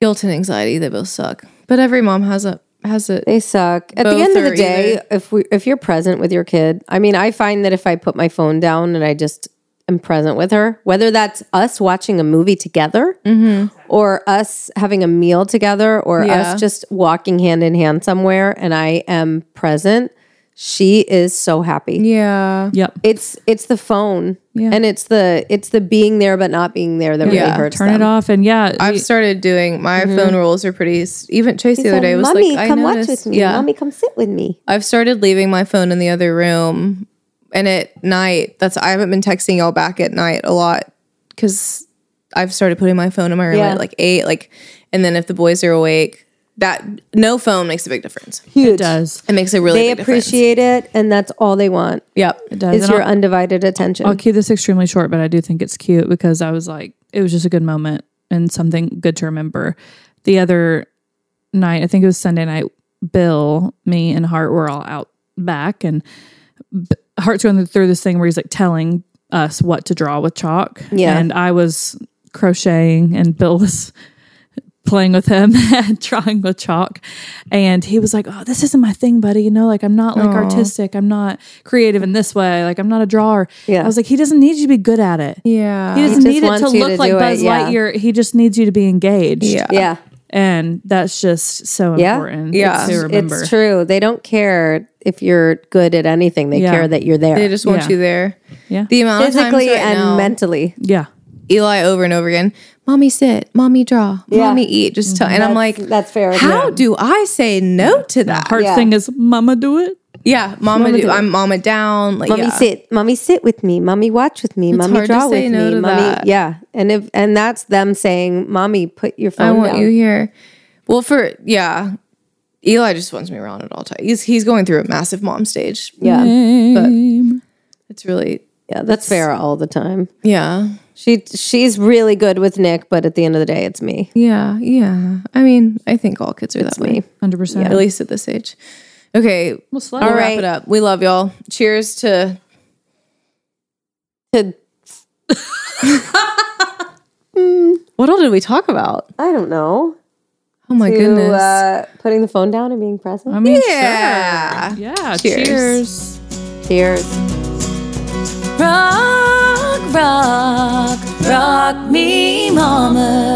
Guilt and anxiety they both suck, but every mom has a has it. They suck. At Both the end of or the day, either. if we if you're present with your kid, I mean, I find that if I put my phone down and I just am present with her, whether that's us watching a movie together or us having a meal together or Mm-hmm. Yeah. us just walking hand in hand somewhere and I am present, she is so happy. Yeah, Yep. It's it's the phone and it's the it's the being there but not being there that really Yeah. hurts. Turn them. it off and yeah. I've started doing my phone rules are pretty. s- Even Chase the other day was Mm-hmm. Mommy, like, come I watch noticed. with me. Yeah, Mommy, come sit with me. I've started leaving my phone in the other room, and at night, that's I haven't been texting y'all back at night a lot because I've started putting my phone in my room Yeah. at like eight, like, and then if the boys are awake, that no phone makes a big difference. it does. It makes a really They big difference. appreciate it and that's all they want. Yep. It does. is And your I'll- undivided attention. I'll keep this extremely short, but I do think it's cute because I was like, it was just a good moment and something good to remember. The other night, I think it was Sunday night, Bill, me, and Hart were all out back, and B- Hart's going through this thing where he's like telling us what to draw with chalk. Yeah. And I was crocheting, and Bill was playing with him (laughs) and drawing with chalk. And he was like, Oh, this isn't my thing, buddy. You know, like I'm not like artistic. I'm not creative in this way. Like I'm not a drawer. Yeah. I was like, he doesn't need you to be good at it. Yeah. He doesn't just need it to wants you look to like do it, Buzz yeah. Lightyear. He just needs you to be engaged. Yeah. Yeah. And that's just so Yeah. important Yeah. to It's- remember. It's true. They don't care if you're good at anything. They Yeah. care that you're there. They just want Yeah. you there. Yeah. The amount physically of times right and now, mentally. yeah. Eli over and over again, mommy sit, mommy draw, Yeah. Mm-hmm. mommy eat, just tell. And I'm like, That's- that's fair. how do I say no to that? Hart's Yeah. thing is, Mama, do it. Yeah, mama, do. I'm mama down. Like, Mommy yeah. sit. Mommy sit with me. Mommy watch with me. mommy hard to draw say with no me. to mommy that. yeah. And if and that's them saying, Mommy, put your phone I want down. you here. Well, for yeah, Eli just wants me around at all times. He's he's going through a massive mom stage. yeah. but it's really Yeah. That's fair all the time. yeah, She she's really good with Nick, but at the end of the day it's me. yeah, yeah. I mean, I think all kids are that way, Me. 100%. at least at this age. Okay, we'll slow. wrap right. it up. We love y'all. Cheers to To what all did we talk about? I don't know. Oh my To goodness. uh, putting the phone down and being present. I mean, yeah. sure. Yeah. Cheers. cheers. Cheers. Rock, rock, rock me, mama.